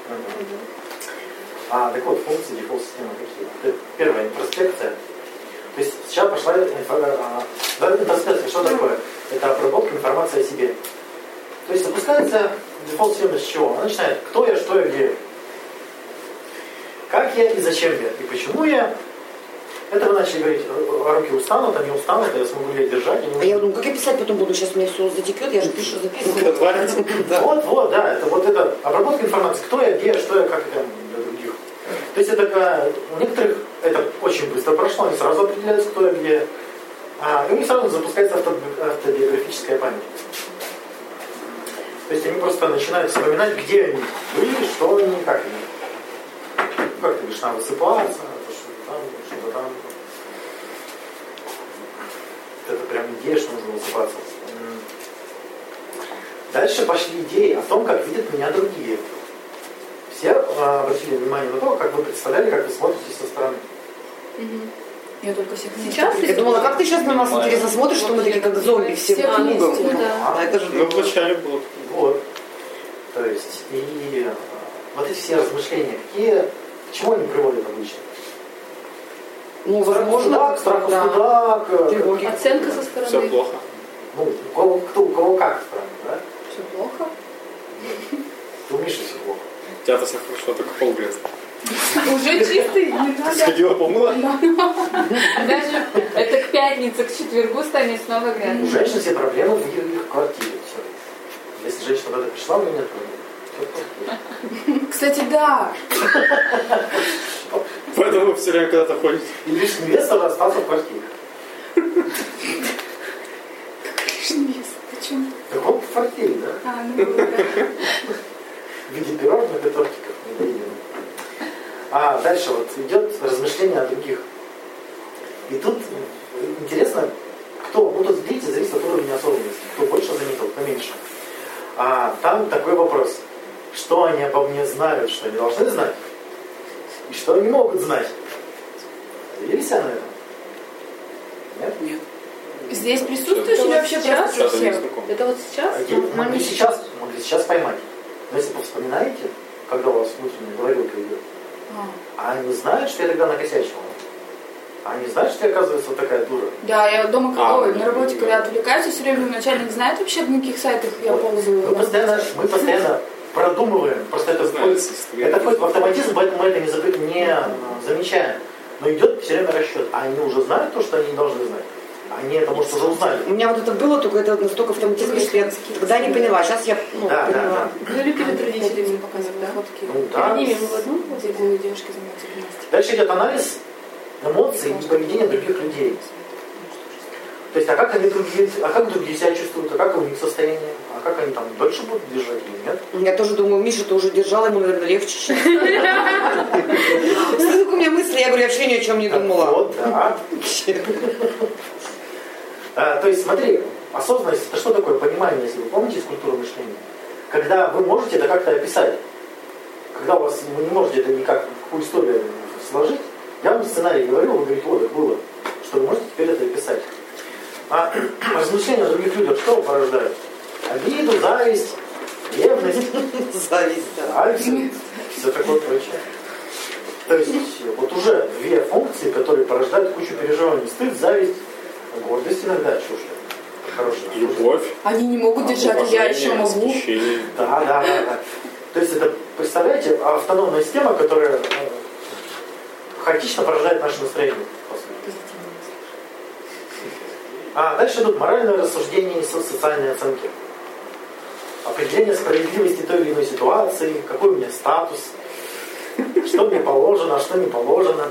[SPEAKER 1] Мгм. А, так вот, функции дефолт-системы какие? Это Первая интроспекция. То есть сейчас пошла инфо- а, да, интроспекция, что такое? Это обработка информации о себе. То есть запускается дефолт-система с чего? Она начинает, кто я, что я, где я. Как я и зачем я, и почему я. Это вы начали говорить, «Ру- руки устанут, они устанут, я смогу ли я держать, я не
[SPEAKER 2] А я думаю, как я писать потом буду? Сейчас у меня все затекет, я же пишу, записываю.
[SPEAKER 1] Вот, вот, да, это вот это обработка информации, кто я, где я, что я, как я там для других. То есть это такая, у некоторых это очень быстро прошло, они сразу определяются, кто я, где я. А, и у них сразу запускается автоби- автобиографическая память. То есть они просто начинают вспоминать, где они были, что они, как они. Ну, Как ты говоришь, там высыпаться, то, что там, что-то там. Вот Это прям идея, что нужно высыпаться. М. Дальше пошли идеи о том, как видят меня другие. Все а, обратили внимание на то, как вы представляли, как вы смотрите со стороны.
[SPEAKER 4] Я только всех не
[SPEAKER 3] Сейчас
[SPEAKER 2] Я думала, как ты сейчас на нас
[SPEAKER 6] Понимаю.
[SPEAKER 2] интересно смотришь, что мы такие как зомби все,
[SPEAKER 3] Все
[SPEAKER 2] друг
[SPEAKER 3] вместе,
[SPEAKER 2] другом?
[SPEAKER 3] да.
[SPEAKER 2] А это же
[SPEAKER 7] Ну, вначале было.
[SPEAKER 1] Вот. То есть, и э, вот эти все размышления, какие, к чему они приводят обычно?
[SPEAKER 2] ну, возможно,
[SPEAKER 1] Страх, страх,
[SPEAKER 2] да.
[SPEAKER 1] стыда, к-
[SPEAKER 2] Тревоги.
[SPEAKER 3] Оценка со стороны.
[SPEAKER 7] Все плохо.
[SPEAKER 1] ну, у кого, кто, у кого как страх, да?
[SPEAKER 3] Все плохо.
[SPEAKER 1] Ты у Миши все плохо.
[SPEAKER 7] Тебя-то все хорошо, только пол грязный.
[SPEAKER 4] Уже чистый, не
[SPEAKER 3] Ну
[SPEAKER 7] Ты
[SPEAKER 4] надо.
[SPEAKER 7] сходила, помыла?
[SPEAKER 9] Даже это к пятнице, к четвергу станет снова
[SPEAKER 1] У
[SPEAKER 9] грязно.
[SPEAKER 1] женщин все проблемы в их квартире. Все. Если женщина в это пришла, у меня нет проблем. Всё плохо.
[SPEAKER 4] Кстати, да.
[SPEAKER 7] Поэтому все время когда-то ходите.
[SPEAKER 1] И лишь инвестор остался в квартире.
[SPEAKER 4] Шнис, почему?
[SPEAKER 1] Так он в квартире, да?
[SPEAKER 4] А,
[SPEAKER 7] [LAUGHS]
[SPEAKER 4] ну да.
[SPEAKER 1] в виде пирожных и тортиков. не доедено. А дальше вот идет размышление о других. И тут м, интересно, кто, ну тут видите, зависит от уровня осознанности, кто больше заметил, кто меньше. А там такой вопрос, что они обо мне знают, что они должны знать, и что они могут знать. Доверились на это? Нет?
[SPEAKER 5] Нет.
[SPEAKER 4] Здесь присутствуешь или вообще
[SPEAKER 3] Сейчас?
[SPEAKER 4] просто
[SPEAKER 7] Сейчас они
[SPEAKER 4] всех?
[SPEAKER 7] знакомы.
[SPEAKER 3] Это вот сейчас?
[SPEAKER 1] Окей, могли сейчас, могли сейчас поймать. Но если повспоминаете, когда у вас внутренняя говорилка идет,
[SPEAKER 4] А.
[SPEAKER 1] А они знают, что я тогда накосячил? А они знают, что я, оказывается, вот такая дура?
[SPEAKER 4] Да, я дома,
[SPEAKER 7] А,
[SPEAKER 4] ой, на
[SPEAKER 7] да.
[SPEAKER 4] работе, когда отвлекаюсь, я все время думаю, начальник знает вообще, на каких сайтах я
[SPEAKER 1] Вот. Мы
[SPEAKER 4] ползаю.
[SPEAKER 1] постоянно, мы постоянно продумываем, просто это
[SPEAKER 7] Знаю,
[SPEAKER 1] входит, это входит в автоматизм, поэтому мы это не, забы- не э, замечаем. Но идет все время расчет. А они уже знают то, что они не должны знать. Они это, может, уже узнали.
[SPEAKER 2] У меня вот это было, только это настолько автоматизм, что я тогда не поняла. Сейчас я ну,
[SPEAKER 1] А, Да, да,
[SPEAKER 2] поняла.
[SPEAKER 3] Были перед родителями показывали, да? Вот такие.
[SPEAKER 1] Ну да.
[SPEAKER 3] Перед ними мы в одну ходили, девушки занимаются гимнастикой.
[SPEAKER 1] Дальше идет анализ эмоций и поведения других людей. То есть, а как они другие, а как другие себя чувствуют, а как у них состояние, а как они там дольше будут держать или нет?
[SPEAKER 2] Я тоже думаю, Миша, ты уже держала, ему, наверное, легче сейчас. Сколько у меня мысли, я говорю, я вообще ни о чем не думала.
[SPEAKER 1] Вот,
[SPEAKER 2] [LAUGHS]
[SPEAKER 1] да. А, То есть, смотри, осознанность это что такое понимание, если вы помните из культуры мышления? Когда вы можете это как-то описать. Когда у вас вы не можете это никак в какую историю сложить, я вам сценарий говорил, вы говорите, вот это было, что вы можете теперь это описать. А [CLEARS THROAT] размышления о других людях что порождают? Обиду, зависть, ревность,
[SPEAKER 2] Зависть, да.
[SPEAKER 1] Альцин, все такое прочее. То есть вот уже две функции, которые порождают кучу переживаний. Стыд, зависть, гордость иногда, чушь. Хорошая.
[SPEAKER 7] Любовь.
[SPEAKER 4] Они не могут держать, я еще
[SPEAKER 7] уважение,
[SPEAKER 4] могу.
[SPEAKER 7] восхищение.
[SPEAKER 1] Да, да, да, да. То есть это, представляете, автономная система, которая э, хаотично порождает наше настроение. по сути. А дальше идут моральное рассуждение и со- социальные оценки. Определение справедливости той или иной ситуации, какой у меня статус, что мне положено, а что не положено.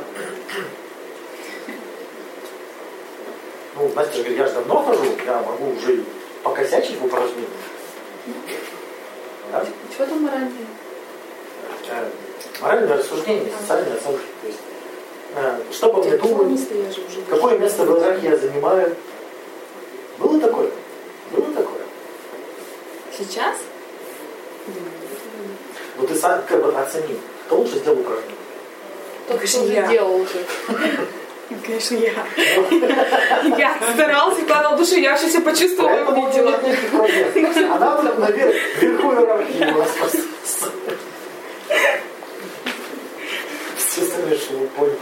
[SPEAKER 1] Ну, Настя же говорит, я же давно хожу, я могу уже и покосячить в упражнении. Да?
[SPEAKER 3] Чего там моральное?
[SPEAKER 1] Э, моральное рассуждение, социальная оценка. То есть, э, что бы мне думали,
[SPEAKER 3] Коммунисты, я же уже вижу.
[SPEAKER 1] какое место в глазах я занимаю. Было такое? Было такое.
[SPEAKER 4] Сейчас?
[SPEAKER 1] Вот Ну, ты сам как бы оцени, кто лучше сделал упражнение.
[SPEAKER 3] Тот,
[SPEAKER 4] Конечно,
[SPEAKER 3] кто уже
[SPEAKER 4] я.
[SPEAKER 3] делал уже.
[SPEAKER 4] Конечно, я. [LAUGHS] Я старалась, вкладывала душу, я вообще все почувствовала и
[SPEAKER 1] Поэтому
[SPEAKER 4] увидела.
[SPEAKER 1] нет никаких
[SPEAKER 3] [LAUGHS]
[SPEAKER 1] проблем. Она вот наверх, вверху иерархии у вас просто. Все остальные, что вы поняли.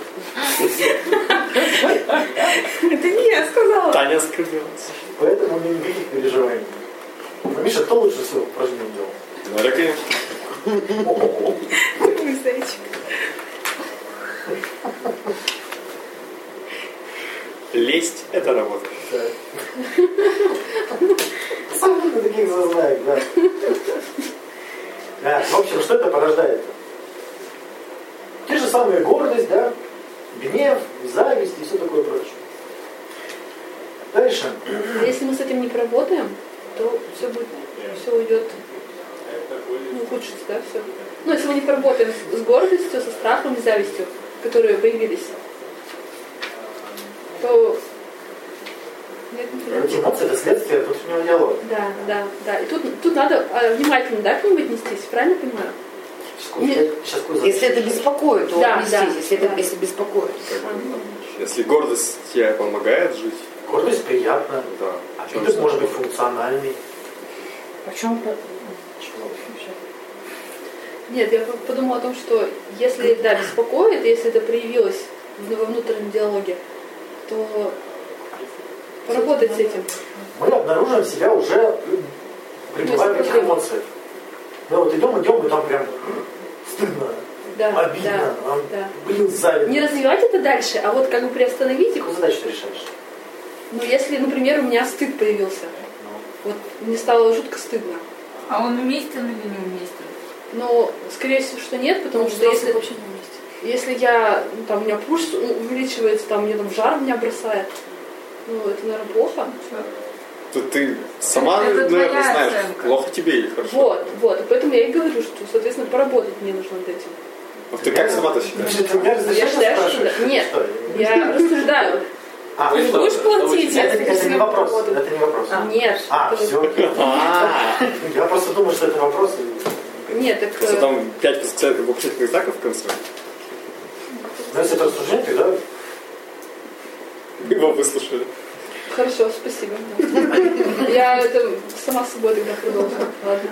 [SPEAKER 4] Это не я сказала.
[SPEAKER 7] Таня оскорбилась.
[SPEAKER 1] Поэтому у меня никаких переживаний. Ну, Миша, кто лучше всего упражнение делал?
[SPEAKER 7] Надо, конечно.
[SPEAKER 1] О-о-о.
[SPEAKER 4] Мой зайчик.
[SPEAKER 7] Лезть – это работа.
[SPEAKER 1] Да. Сколько таких зазнает, да. Да, в общем, что это порождает? Те же самые гордость, да, гнев, зависть и все такое прочее. Дальше.
[SPEAKER 3] А если мы с этим не поработаем, то все будет, все уйдет, ну, ухудшится, да, все. Ну, если мы не поработаем с, с гордостью, со страхом и завистью, которые появились, то нет, не придёт.
[SPEAKER 1] Мотивация – это следствие внутреннего диалога.
[SPEAKER 3] Да, да, да. И тут, тут надо а, внимательно, да, к ним отнестись, правильно понимаю? Нет.
[SPEAKER 1] Сейчас кое
[SPEAKER 2] Если это беспокоит, то
[SPEAKER 3] Да,
[SPEAKER 2] отнестись,
[SPEAKER 3] да,
[SPEAKER 2] если, это,
[SPEAKER 3] да.
[SPEAKER 2] если беспокоит.
[SPEAKER 7] Если гордость тебе помогает жить,
[SPEAKER 1] Гордость приятна,
[SPEAKER 7] да.
[SPEAKER 2] А
[SPEAKER 1] обидок может быть функциональный.
[SPEAKER 8] Причем
[SPEAKER 3] Нет, я подумала о том, что если, да, беспокоит, если это проявилось в- во внутреннем диалоге, то поработать с этим.
[SPEAKER 1] Мы обнаруживаем себя уже ну, пребываем в этих
[SPEAKER 3] проблема.
[SPEAKER 1] эмоциях. Мы вот идем, идем, и там прям стыдно,
[SPEAKER 3] Да,
[SPEAKER 1] обидно,
[SPEAKER 3] да,
[SPEAKER 1] а,
[SPEAKER 3] да.
[SPEAKER 1] блин, завидно.
[SPEAKER 3] Не развивать это дальше, а вот как бы приостановить их.
[SPEAKER 1] Какую задачу ты решаешь?
[SPEAKER 3] Ну, если, например, у меня стыд появился, вот мне стало жутко стыдно.
[SPEAKER 9] А он уместен или неуместен?
[SPEAKER 3] Но, скорее всего, что нет, потому что если,
[SPEAKER 4] Ну, вообще не вместе.
[SPEAKER 3] если я, ну, там, у меня пульс у- увеличивается, там, мне там жар меня бросает, ну, это, наверное, плохо.
[SPEAKER 7] Ты, ты сама,
[SPEAKER 9] Это твоя
[SPEAKER 7] наверное, знаешь,
[SPEAKER 9] оценка.
[SPEAKER 7] плохо тебе или хорошо.
[SPEAKER 3] Вот, вот, и поэтому я и говорю, что, соответственно, поработать мне нужно над этим.
[SPEAKER 7] А Ты как сама-то считаешь?
[SPEAKER 1] Ты меня
[SPEAKER 3] Я
[SPEAKER 1] разрешаешь
[SPEAKER 3] считаю, что
[SPEAKER 1] спрашивать?
[SPEAKER 3] да. Нет,
[SPEAKER 1] Что?
[SPEAKER 3] я рассуждаю.
[SPEAKER 1] А,
[SPEAKER 6] Вы
[SPEAKER 1] это,
[SPEAKER 6] что,
[SPEAKER 4] будешь
[SPEAKER 6] это вы
[SPEAKER 4] платить?
[SPEAKER 6] считаете?
[SPEAKER 1] это не вопрос. Это не вопрос.
[SPEAKER 3] Нет.
[SPEAKER 1] А,
[SPEAKER 3] это-
[SPEAKER 1] все окей. Я просто думаю, что это вопрос. и-
[SPEAKER 3] Нет, так...
[SPEAKER 7] Просто
[SPEAKER 3] э,
[SPEAKER 7] там пять восклицательных вопросительных знаков в конце.
[SPEAKER 1] Но если это рассуждение, тогда
[SPEAKER 7] Его выслушали.
[SPEAKER 3] Хорошо, спасибо. Я это сама с собой тогда продолжу. Ладно.